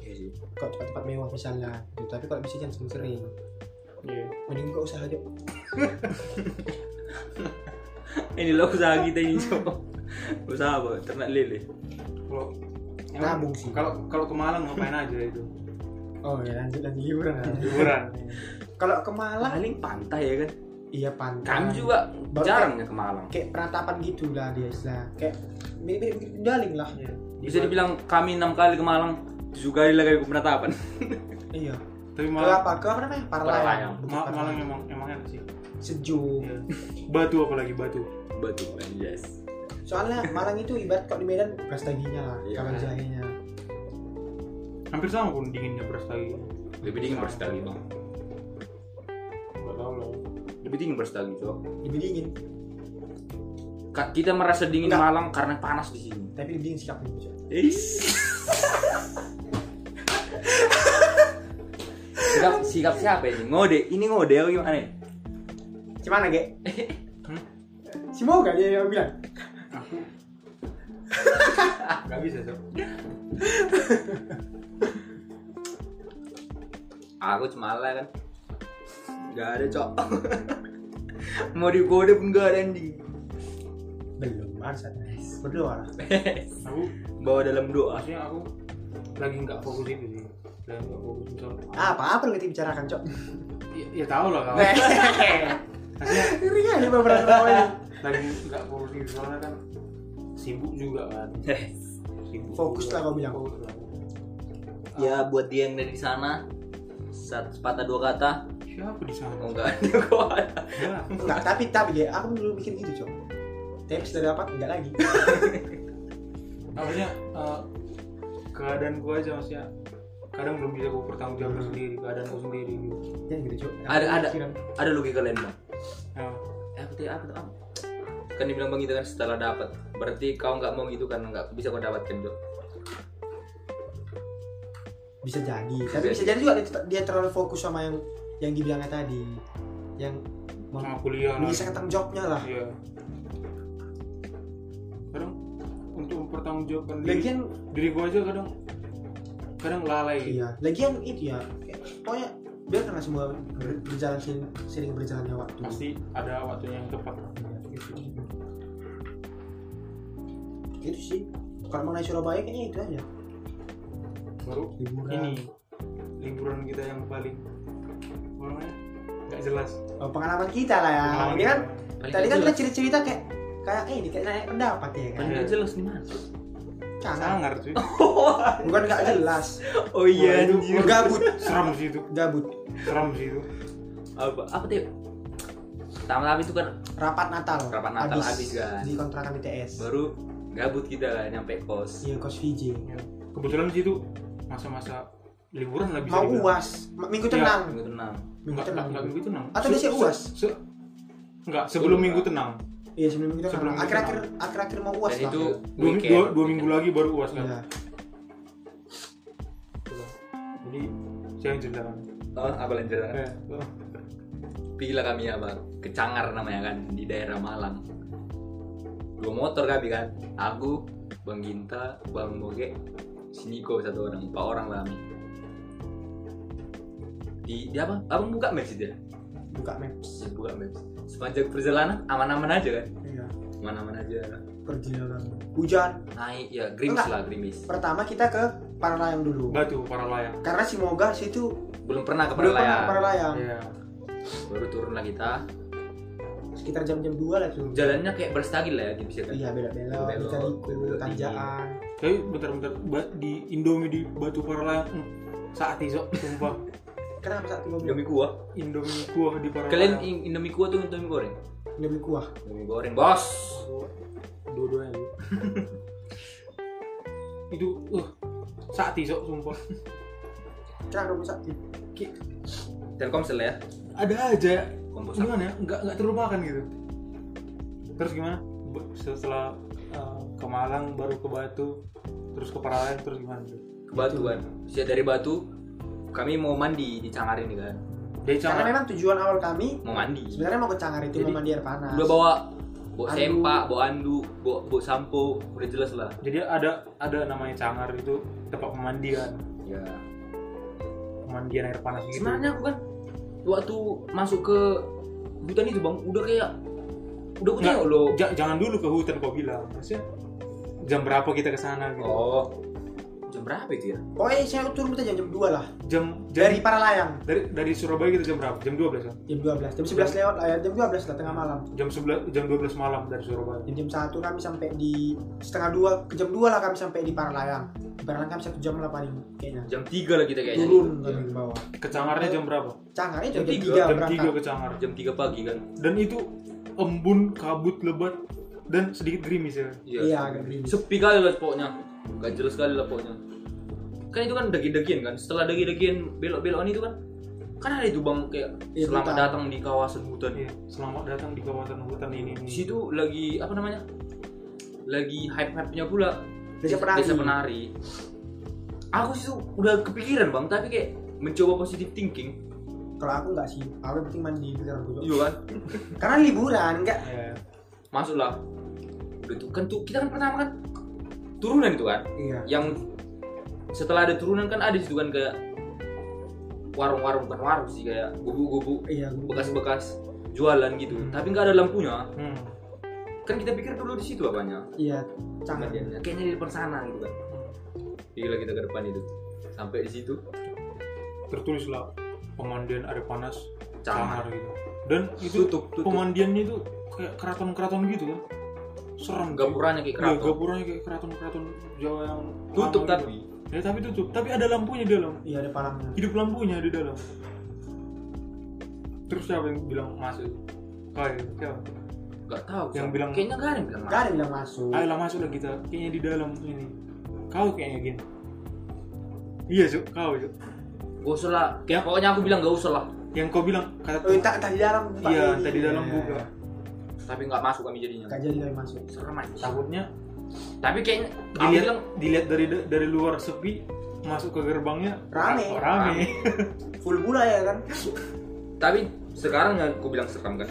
[SPEAKER 1] Iya sih.
[SPEAKER 2] Kalau tempat-tempat mewah misalnya. Gitu. Tapi kalau bisa jangan sering-sering.
[SPEAKER 3] Iya.
[SPEAKER 2] Mending kau usaha aja.
[SPEAKER 1] Ini loh usaha kita ini, Cok. Usaha apa? Ternak lele.
[SPEAKER 3] Kalau
[SPEAKER 2] Nabung sih.
[SPEAKER 3] Kalau kalau ke Malang ngapain aja itu?
[SPEAKER 2] Oh ya lanjut lanjut liburan.
[SPEAKER 3] Liburan.
[SPEAKER 2] Kalau ke Malang,
[SPEAKER 1] Paling pantai ya kan.
[SPEAKER 2] iya pantai.
[SPEAKER 1] Kami juga
[SPEAKER 2] Baru-
[SPEAKER 1] jarang ya ke Malang.
[SPEAKER 2] Kayak peratapan gitulah dia istilah. Kayak mirip-mirip Bukit Pendaling lah.
[SPEAKER 3] Iya.
[SPEAKER 1] Bisa dibilang kami enam kali ke Malang, tujuh kali lagi ke penatapan.
[SPEAKER 2] Iya.
[SPEAKER 3] tapi
[SPEAKER 2] Kalau
[SPEAKER 3] Malang
[SPEAKER 2] apa? Ke apa namanya?
[SPEAKER 1] Paralayang.
[SPEAKER 2] Paralayang. Bukit
[SPEAKER 3] Ma- Malang
[SPEAKER 2] Paralayang.
[SPEAKER 3] emang emang enak sih.
[SPEAKER 2] sejuk.
[SPEAKER 3] kan. Iya. Batu apalagi batu.
[SPEAKER 1] Batu kan, yes.
[SPEAKER 2] Soalnya Malang itu ibarat kalau di Medan beras taginya lah,
[SPEAKER 1] Iya.
[SPEAKER 2] kalau jahenya.
[SPEAKER 3] Hampir sama pun dinginnya beras lagi.
[SPEAKER 1] Lebih
[SPEAKER 2] Nah.
[SPEAKER 1] dingin berstagi, Bang.
[SPEAKER 3] Gak tau lah.
[SPEAKER 1] Lebih dingin berstagi, Cok.
[SPEAKER 2] Lebih dingin,
[SPEAKER 1] Ka- kita merasa dingin
[SPEAKER 2] Enggak.
[SPEAKER 1] Malang karena panas di sini.
[SPEAKER 2] tapi lebih dingin sikapnya. Cok.
[SPEAKER 1] sikap sikap siapa ini? Ngode. Ini ngode apa gimana? ya?
[SPEAKER 2] Gimana, Ge?
[SPEAKER 3] Hmm?
[SPEAKER 2] Si Moga dia yang bilang.
[SPEAKER 3] Gak bisa sih.
[SPEAKER 1] Aku cuma ala kan. Gak ada, Cok. Mau di kode pun gak ada anjing.
[SPEAKER 2] Belum, harus ada. Berdoa lah.
[SPEAKER 3] Aku
[SPEAKER 1] Bawa dalam doa.
[SPEAKER 3] maksudnya aku lagi nggak fokus itu sih. Lagi nggak fokus misal.
[SPEAKER 2] Apa-apa yang kita bicarakan, Cok?
[SPEAKER 3] Ya, ya tau lah kawan. Maksudnya
[SPEAKER 2] Ngeri aja beberapa bawahnya.
[SPEAKER 3] lagi nggak fokus itu soalnya kan sibuk juga kan. Sibuk
[SPEAKER 2] Fokus
[SPEAKER 3] juga.
[SPEAKER 2] lah kau bilang.
[SPEAKER 3] Fokus lah.
[SPEAKER 1] ya buat dia yang dari sana satu patah dua kata
[SPEAKER 3] Siapa di sana?
[SPEAKER 1] oh enggak ada kok ada
[SPEAKER 3] Ya.
[SPEAKER 2] Enggak, tapi tapi ya, aku dulu bikin gitu, Cok. Tapi sudah dapat enggak lagi.
[SPEAKER 3] maksudnya eh, keadaan gua aja maksudnya kadang belum bisa gua
[SPEAKER 2] Hmm.
[SPEAKER 3] pertanggungjawabkan sendiri keadaan gua sendiri gitu
[SPEAKER 2] Ya gitu, Cok.
[SPEAKER 1] Ada- ada.
[SPEAKER 2] Pikiran.
[SPEAKER 1] ada logika lain bang
[SPEAKER 3] nah,
[SPEAKER 1] eh, apa tuh apa tuh apa kan dibilang bang gitu kan setelah dapat berarti kau nggak mau gitu karena nggak bisa kau dapatkan dok
[SPEAKER 2] Bisa jadi. Tapi bisa jadi juga dia- dia terlalu fokus sama yang yang dibilangnya tadi. Yang
[SPEAKER 3] sama kuliah lah
[SPEAKER 2] bisa tanggung jawabnya lah.
[SPEAKER 3] iya kadang untuk mempertanggungjawabkan diri,
[SPEAKER 2] Lagian
[SPEAKER 3] diri gua aja kadang kadang lalai gitu.
[SPEAKER 2] iya, lagian itu ya. kayak- Pokoknya biar karena semua ber- berjalan seiring, seiring berjalannya waktu.
[SPEAKER 3] pasti ada waktunya yang tepat Gitu.
[SPEAKER 2] Itu sih. Kalau mengenai Surabaya kayaknya itu aja.
[SPEAKER 3] baru
[SPEAKER 2] Liburan.
[SPEAKER 3] ini liburan kita yang paling apa namanya nggak jelas
[SPEAKER 2] Oh, pengalaman kita lah ya.
[SPEAKER 3] Pengalaman
[SPEAKER 2] Ini kan
[SPEAKER 3] kita.
[SPEAKER 1] Paling
[SPEAKER 2] tadi
[SPEAKER 1] nggak
[SPEAKER 2] kan kita
[SPEAKER 1] jelas.
[SPEAKER 2] cerita-cerita kayak kayak ini kayak nanya pendapat ya kan.
[SPEAKER 1] paling nggak jelas nih mas
[SPEAKER 2] Jangan.
[SPEAKER 3] sangar cuy
[SPEAKER 2] Bukan nggak jelas.
[SPEAKER 1] oh iya
[SPEAKER 3] Waduh.
[SPEAKER 1] anjir.
[SPEAKER 2] Gabut,
[SPEAKER 3] seram sih itu
[SPEAKER 2] gabut.
[SPEAKER 3] seram sih itu
[SPEAKER 1] apa apa tuh pertama-tama itu kan
[SPEAKER 2] Rapat Natal.
[SPEAKER 1] Rapat Natal habis, kan.
[SPEAKER 2] Di kontrakan ITS.
[SPEAKER 1] baru gabut kita lah nyampe kos
[SPEAKER 2] Iya kos VJ.
[SPEAKER 3] Ya. kebetulan sih itu masa-masa liburan lah bisa
[SPEAKER 2] Mau
[SPEAKER 3] dibilang.
[SPEAKER 2] uas, Ma- minggu
[SPEAKER 3] Iya.
[SPEAKER 2] tenang.
[SPEAKER 1] minggu tenang
[SPEAKER 2] Minggu tenang.
[SPEAKER 3] Enggak, enggak, enggak minggu tenang.
[SPEAKER 2] Atau dia
[SPEAKER 3] Se-
[SPEAKER 2] siap
[SPEAKER 3] se-
[SPEAKER 2] uas?
[SPEAKER 3] se- Enggak, sebelum
[SPEAKER 1] Sebelum.
[SPEAKER 3] minggu tenang.
[SPEAKER 2] Iya sebelum minggu tenang.
[SPEAKER 3] Sebelum minggu
[SPEAKER 2] Akhir-akhir akhir-akhir mau uas
[SPEAKER 1] dan
[SPEAKER 2] lah.
[SPEAKER 1] itu
[SPEAKER 3] Dua, mi-
[SPEAKER 1] weekend.
[SPEAKER 3] dua, dua minggu lagi baru uas kan.
[SPEAKER 2] Iya.
[SPEAKER 3] Jadi saya yang cerita kan.
[SPEAKER 1] oh, apa lanjut
[SPEAKER 2] Iya.
[SPEAKER 3] Eh,
[SPEAKER 1] pergilah kami apa ke Cangar namanya kan di daerah Malang dua motor kami kan aku Bang Ginta Bang Boge si Niko satu orang empat orang lah kami di, di apa abang buka maps itu ya
[SPEAKER 2] Buka maps.
[SPEAKER 1] Ya, buka maps sepanjang perjalanan aman-aman aja kan
[SPEAKER 2] Iya.
[SPEAKER 1] aman-aman aja
[SPEAKER 2] Perjalanan. Hujan.
[SPEAKER 1] naik ya gerimis
[SPEAKER 2] Enggak.
[SPEAKER 1] lah gerimis
[SPEAKER 2] Pertama kita ke Paralayang dulu.
[SPEAKER 3] batu para layang
[SPEAKER 2] Karena si Moga situ
[SPEAKER 1] belum pernah ke
[SPEAKER 2] belum pernah ke
[SPEAKER 1] Paralayang
[SPEAKER 2] Paralayang.
[SPEAKER 3] Iya.
[SPEAKER 1] baru turun lah kita
[SPEAKER 2] Sekitar jam-jam 2 lah tuh.
[SPEAKER 1] jalannya kayak berstagil lah ya di bisa kan
[SPEAKER 2] Iya belok-belok,
[SPEAKER 1] Belok,
[SPEAKER 2] kita
[SPEAKER 1] belok
[SPEAKER 2] ikut tanjakan.
[SPEAKER 3] tapi bentar-bentar ba- di Indomie di batu para layang hmm, saat iso sumpah
[SPEAKER 2] Kenapa saat itu belum
[SPEAKER 1] Indomie kuah
[SPEAKER 3] Indomie gua di para
[SPEAKER 1] kalian
[SPEAKER 3] layang
[SPEAKER 1] in- Indomie kuah tuh Indomie goreng
[SPEAKER 2] lebih kuah?
[SPEAKER 1] Indomie goreng bos
[SPEAKER 3] Gua- dua-duanya gua. itu uh, saat iso sumpah
[SPEAKER 2] Kenapa kamu saat itu?
[SPEAKER 1] Telkomsel ya
[SPEAKER 3] ada aja
[SPEAKER 1] komposan
[SPEAKER 3] gimana ya nggak nggak terlupakan gitu terus gimana Be- setelah uh, ke Malang baru ke Batu terus ke Paralayang terus gimana
[SPEAKER 2] Iya.
[SPEAKER 1] ke Batu kan Terus ya dari Batu kami mau mandi di Cangar ini kan
[SPEAKER 3] dari
[SPEAKER 2] Karena
[SPEAKER 3] Cangar
[SPEAKER 2] memang tujuan awal kami
[SPEAKER 1] mau mandi
[SPEAKER 2] sebenarnya mau ke Cangar itu
[SPEAKER 1] Jadi,
[SPEAKER 2] mau mandi air panas.
[SPEAKER 1] udah bawa bawa
[SPEAKER 2] Andu.
[SPEAKER 1] sempak bawa andu bawa, bawa sampo udah jelas lah
[SPEAKER 3] jadi ada ada namanya Cangar itu tempat pemandian
[SPEAKER 1] ya
[SPEAKER 3] pemandian air panas gitu
[SPEAKER 1] sebenarnya aku kan waktu masuk ke hutan itu bang udah kayak udah aku
[SPEAKER 3] Nggak.
[SPEAKER 1] tengok loh
[SPEAKER 3] Ja- jangan dulu ke hutan kau bilang maksudnya jam berapa kita ke sana gitu
[SPEAKER 1] oh jam berapa itu ya
[SPEAKER 2] Pokoknya saya turun kita jam-jam 2 lah.
[SPEAKER 3] jam
[SPEAKER 2] Dari
[SPEAKER 3] dari
[SPEAKER 2] Paralayang
[SPEAKER 3] dari dari Surabaya kita jam berapa jam 12 kan
[SPEAKER 2] jam 12, jam 11 lewat lah ya, jam 12 lah tengah malam.
[SPEAKER 3] jam 11 jam 12 malam dari Surabaya
[SPEAKER 2] Jam jam satu kami sampai di setengah dua ke jam dua lah kami sampai di Paralayang. Di Paralayang kami satu jam lah paling kayaknya.
[SPEAKER 1] jam 3 lah kita kayaknya
[SPEAKER 2] Turun kan?
[SPEAKER 1] Ya.
[SPEAKER 2] kami ke bawah.
[SPEAKER 3] ke Cangarnya jam berapa
[SPEAKER 2] Cangarnya itu
[SPEAKER 1] Jam
[SPEAKER 2] jam
[SPEAKER 1] tiga,
[SPEAKER 2] tiga
[SPEAKER 3] jam 3
[SPEAKER 2] berangkat.
[SPEAKER 3] ke Cangar
[SPEAKER 1] jam 3 pagi kan
[SPEAKER 3] dan itu embun kabut lebat dan sedikit gerimis ya
[SPEAKER 2] Iya, agak gerimis.
[SPEAKER 1] sepi kali lah pokoknya gak jelas kali lah pokoknya kan itu kan dagi-dagian kan setelah dagi-dagian belok-belokan itu kan kan ada itu bang kayak
[SPEAKER 2] Iya,
[SPEAKER 1] selamat
[SPEAKER 2] hutan.
[SPEAKER 1] datang di kawasan hutan
[SPEAKER 3] Iya, selamat datang di kawasan hutan ini
[SPEAKER 1] di
[SPEAKER 3] nih.
[SPEAKER 1] situ lagi apa namanya lagi hype-hype-nya pula
[SPEAKER 2] Desa penari.
[SPEAKER 1] penari. aku sih tuh udah kepikiran bang tapi kayak mencoba positive thinking
[SPEAKER 2] Kalau aku nggak sih, aku yang penting mandi di dalam gojok.
[SPEAKER 1] iya kan
[SPEAKER 2] Karena liburan enggak.
[SPEAKER 3] Iya.
[SPEAKER 1] masuklah udah tuh kan tuh kita kan pertama kan turunan itu kan
[SPEAKER 2] Iya.
[SPEAKER 1] yang setelah ada turunan kan ada situ kan kayak warung-warung bukan warung sih kayak gubu-gubu
[SPEAKER 2] Iya.
[SPEAKER 1] bekas-bekas jualan gitu
[SPEAKER 3] Hmm.
[SPEAKER 1] tapi nggak ada lampunya
[SPEAKER 3] Hmm.
[SPEAKER 1] kan kita pikir dulu di situ apanya
[SPEAKER 2] Iya. Cangar.
[SPEAKER 1] Kejadiannya. Ah, kayaknya di depan sana gitu kan gila kita ke depan itu sampai di situ
[SPEAKER 3] Tertulislah pemandian air panas
[SPEAKER 1] Cangar.
[SPEAKER 3] Cangar gitu. Dan itu
[SPEAKER 1] tutup tutup
[SPEAKER 3] pemandiannya itu kayak keraton-keraton gitu kan. Serem gitu.
[SPEAKER 1] gapuranya kayak
[SPEAKER 3] Iya,
[SPEAKER 1] keraton
[SPEAKER 3] gapuranya kayak keraton-keraton Jawa yang
[SPEAKER 1] tutup
[SPEAKER 3] lama gitu.
[SPEAKER 1] tapi
[SPEAKER 3] Ya, tapi tutup, tapi ada lampunya di dalam.
[SPEAKER 2] Iya ada palangnya.
[SPEAKER 3] Hidup lampunya di dalam. Terus siapa yang bilang masuk? Kayak siapa?
[SPEAKER 1] nggak tahu
[SPEAKER 3] Yang
[SPEAKER 1] Sam.
[SPEAKER 3] bilang-
[SPEAKER 1] kayaknya nggak ada yang bilang
[SPEAKER 2] Nggak ada yang bilang masuk.
[SPEAKER 3] Ayolah masuklah kita. Kayaknya di dalam ini. Kau kayaknya gini. Iya, Cuk. Kau, Cuk.
[SPEAKER 1] gak usah lah kayak pokoknya aku bilang gak usah lah
[SPEAKER 3] Yang kau bilang kata
[SPEAKER 2] Oh, tak tadi dalam. buka
[SPEAKER 3] Iya,
[SPEAKER 2] ini.
[SPEAKER 3] tadi dalam buka.
[SPEAKER 1] tapi nggak masuk kami jadinya
[SPEAKER 2] Nggak jadi kami masuk.
[SPEAKER 1] serem aja
[SPEAKER 3] Takutnya
[SPEAKER 1] tapi kayaknya aku
[SPEAKER 3] dilihat
[SPEAKER 1] bilang
[SPEAKER 3] dilihat dari dari luar sepi masuk ke gerbangnya
[SPEAKER 2] Rame.
[SPEAKER 3] ra- rame.
[SPEAKER 2] Full bola ya kan.
[SPEAKER 1] tapi sekarang yang aku bilang seram kan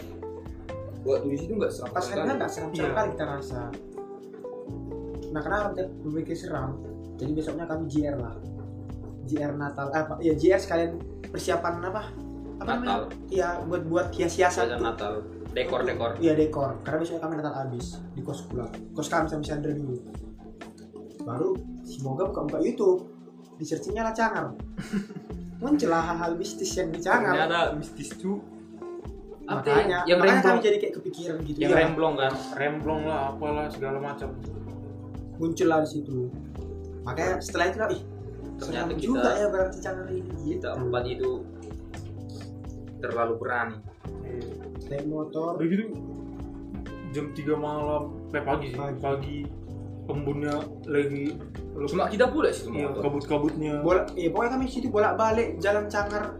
[SPEAKER 1] waktu di situ nggak seram
[SPEAKER 2] Pas
[SPEAKER 1] sama
[SPEAKER 2] kan
[SPEAKER 1] sekali.
[SPEAKER 2] nggak seram-seram
[SPEAKER 3] Iya.
[SPEAKER 2] kali kita rasa. Nah kenapa kita berpikir seram? Jadi besoknya kami JR lah. JR Natal, eh, apa? Ya JR sekalian persiapan apa? Apa namanya?
[SPEAKER 1] Natal
[SPEAKER 2] Iya buat buat hias-hiasan.
[SPEAKER 1] saja Natal dekor dekor
[SPEAKER 2] Iya dekor. Karena besoknya kami Natal habis di kos pula. Kos kami sama si Andre dulu. Baru semoga buka-buka YouTube. Di searchingnya lah cangar. Muncul lah hal-hal mistis yang di
[SPEAKER 1] Ternyata
[SPEAKER 2] cangar.
[SPEAKER 1] ada mistis cu apa tuh
[SPEAKER 2] Makanya,
[SPEAKER 1] yang
[SPEAKER 2] makanya
[SPEAKER 1] remblong
[SPEAKER 2] kami jadi kayak kepikiran gitu.
[SPEAKER 1] yang
[SPEAKER 2] Iya.
[SPEAKER 1] remblong kan
[SPEAKER 3] Remblong lah apalah segala macam.
[SPEAKER 2] muncul lah di situ makanya setelah itu lah ih
[SPEAKER 1] Ternyata
[SPEAKER 2] seram
[SPEAKER 1] kita-
[SPEAKER 2] juga ya berarti channel ini gitu
[SPEAKER 1] kita empat itu terlalu berani
[SPEAKER 3] Eh,
[SPEAKER 2] naik motor
[SPEAKER 3] Udah gitu jam 3 malam, eh pagi sih,
[SPEAKER 2] Pagi.
[SPEAKER 3] pagi. Embunnya lagi
[SPEAKER 1] cuma kita pula sih
[SPEAKER 3] iya,
[SPEAKER 1] semua
[SPEAKER 3] kabut-kabutnya.
[SPEAKER 2] bolak eh pokoknya kami situ bolak balik jalan cangar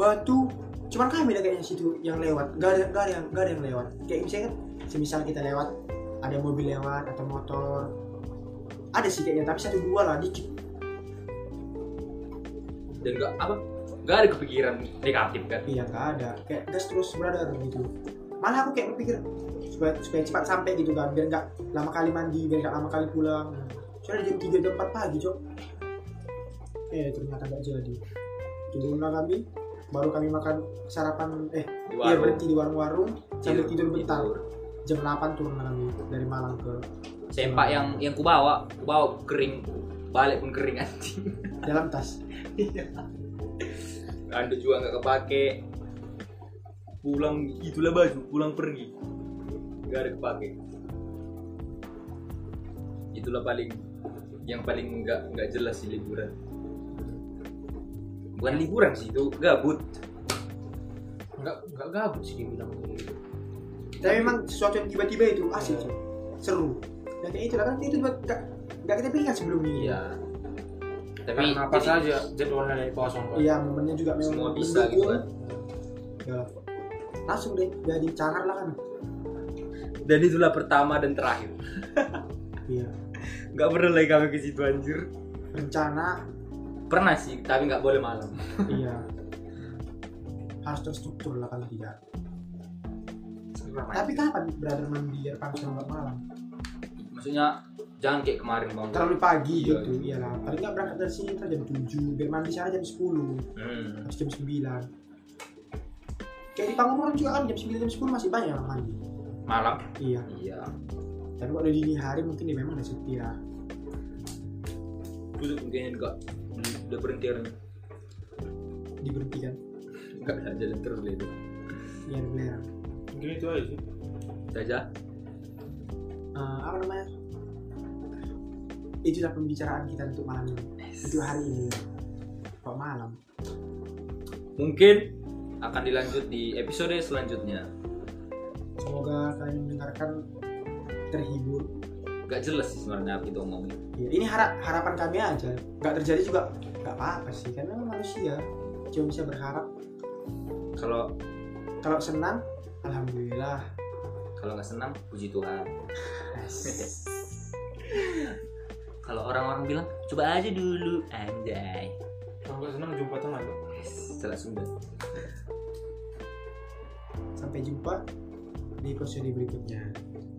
[SPEAKER 2] batu cuman kami lah kayaknya situ yang lewat gak ada gak ada yang gak ada yang lewat kayak misalnya kan semisal kita lewat ada mobil lewat atau motor ada sih kayaknya tapi satu dua lah dikit
[SPEAKER 1] dan nggak apa nggak ada kepikiran negatif kan
[SPEAKER 2] iya nggak ada kayak gas terus berada gitu malah aku kayak berpikir supaya, supaya cepat sampai gitu kan biar nggak lama kali mandi biar nggak lama kali pulang soalnya jam tiga jam empat pagi cok eh ternyata nggak jadi turunlah kami baru kami makan sarapan eh
[SPEAKER 1] di warung
[SPEAKER 2] iya
[SPEAKER 1] Iya.
[SPEAKER 2] berhenti di warung-warung sambil tidur bentar
[SPEAKER 1] tidur.
[SPEAKER 2] jam 8 turun kami dari Malang ke
[SPEAKER 1] sempak yang yang ku bawa ku bawa kering balik pun kering anjing
[SPEAKER 2] dalam tas
[SPEAKER 1] Anda juga nggak kepake pulang itulah baju pulang pergi nggak ada kepake itulah paling yang paling nggak nggak jelas di liburan bukan liburan sih itu gabut
[SPEAKER 3] nggak nggak gabut sih dibilang gitu
[SPEAKER 2] tapi memang sesuatu yang tiba-tiba itu asik
[SPEAKER 1] Iya.
[SPEAKER 2] sih. seru dan kayak itu lah kan itu buat nggak nggak kita pikirkan sebelumnya
[SPEAKER 1] iya tapi
[SPEAKER 3] karena apa
[SPEAKER 1] jadi
[SPEAKER 3] saja jadwalnya dari kosong kan
[SPEAKER 2] iya momennya juga memang
[SPEAKER 1] semua bisa gitu kan
[SPEAKER 2] Ya, langsung deh jadi cangar lah kan
[SPEAKER 1] dan itulah pertama dan terakhir
[SPEAKER 2] iya
[SPEAKER 1] nggak pernah lagi kami ke situ anjir
[SPEAKER 2] rencana
[SPEAKER 1] pernah sih tapi nggak boleh malam
[SPEAKER 2] iya harus terstruktur lah kalau tidak tapi kapan brother mandi air panas berangkat malam
[SPEAKER 1] maksudnya jangan kayak kemarin bang
[SPEAKER 2] terlalu pagi
[SPEAKER 1] Iya,
[SPEAKER 2] gitu iyalah paling nggak berangkat dari sini ntar jam 7 biar mandi sana jam 10
[SPEAKER 1] hmm.
[SPEAKER 2] habis jam 9 kayak di Pangandaran juga kan jam 9 jam 10 masih banyak yang mandi
[SPEAKER 1] malam
[SPEAKER 2] iya
[SPEAKER 1] iya
[SPEAKER 2] tapi kalau di dini hari mungkin ya memang udah sepi lah
[SPEAKER 1] itu mungkin enggak udah berhenti orang
[SPEAKER 2] diberhentikan
[SPEAKER 1] enggak bisa jalan terus gitu. lah itu
[SPEAKER 2] ya ada belerang
[SPEAKER 3] mungkin itu aja sih
[SPEAKER 1] saja
[SPEAKER 2] Eh, apa namanya itulah pembicaraan kita untuk malam ini untuk hari ini kok malam
[SPEAKER 1] mungkin akan dilanjut di episode selanjutnya
[SPEAKER 2] semoga kalian mendengarkan terhibur
[SPEAKER 1] nggak jelas sih sebenarnya apa kita ngomongin
[SPEAKER 2] Ya, ini harap harapan kami aja. Nggak terjadi juga nggak apa-apa sih, karena memang manusia cuma bisa berharap.
[SPEAKER 1] kalau
[SPEAKER 2] Kalau senang, alhamdulillah.
[SPEAKER 1] kalau nggak senang puji Tuhan
[SPEAKER 2] Yes.
[SPEAKER 1] kalau orang-orang bilang coba aja dulu anjay
[SPEAKER 3] kalau nggak senang jumpa teman Pak.
[SPEAKER 1] salah Sunda
[SPEAKER 2] Sampai jumpa di episode berikutnya.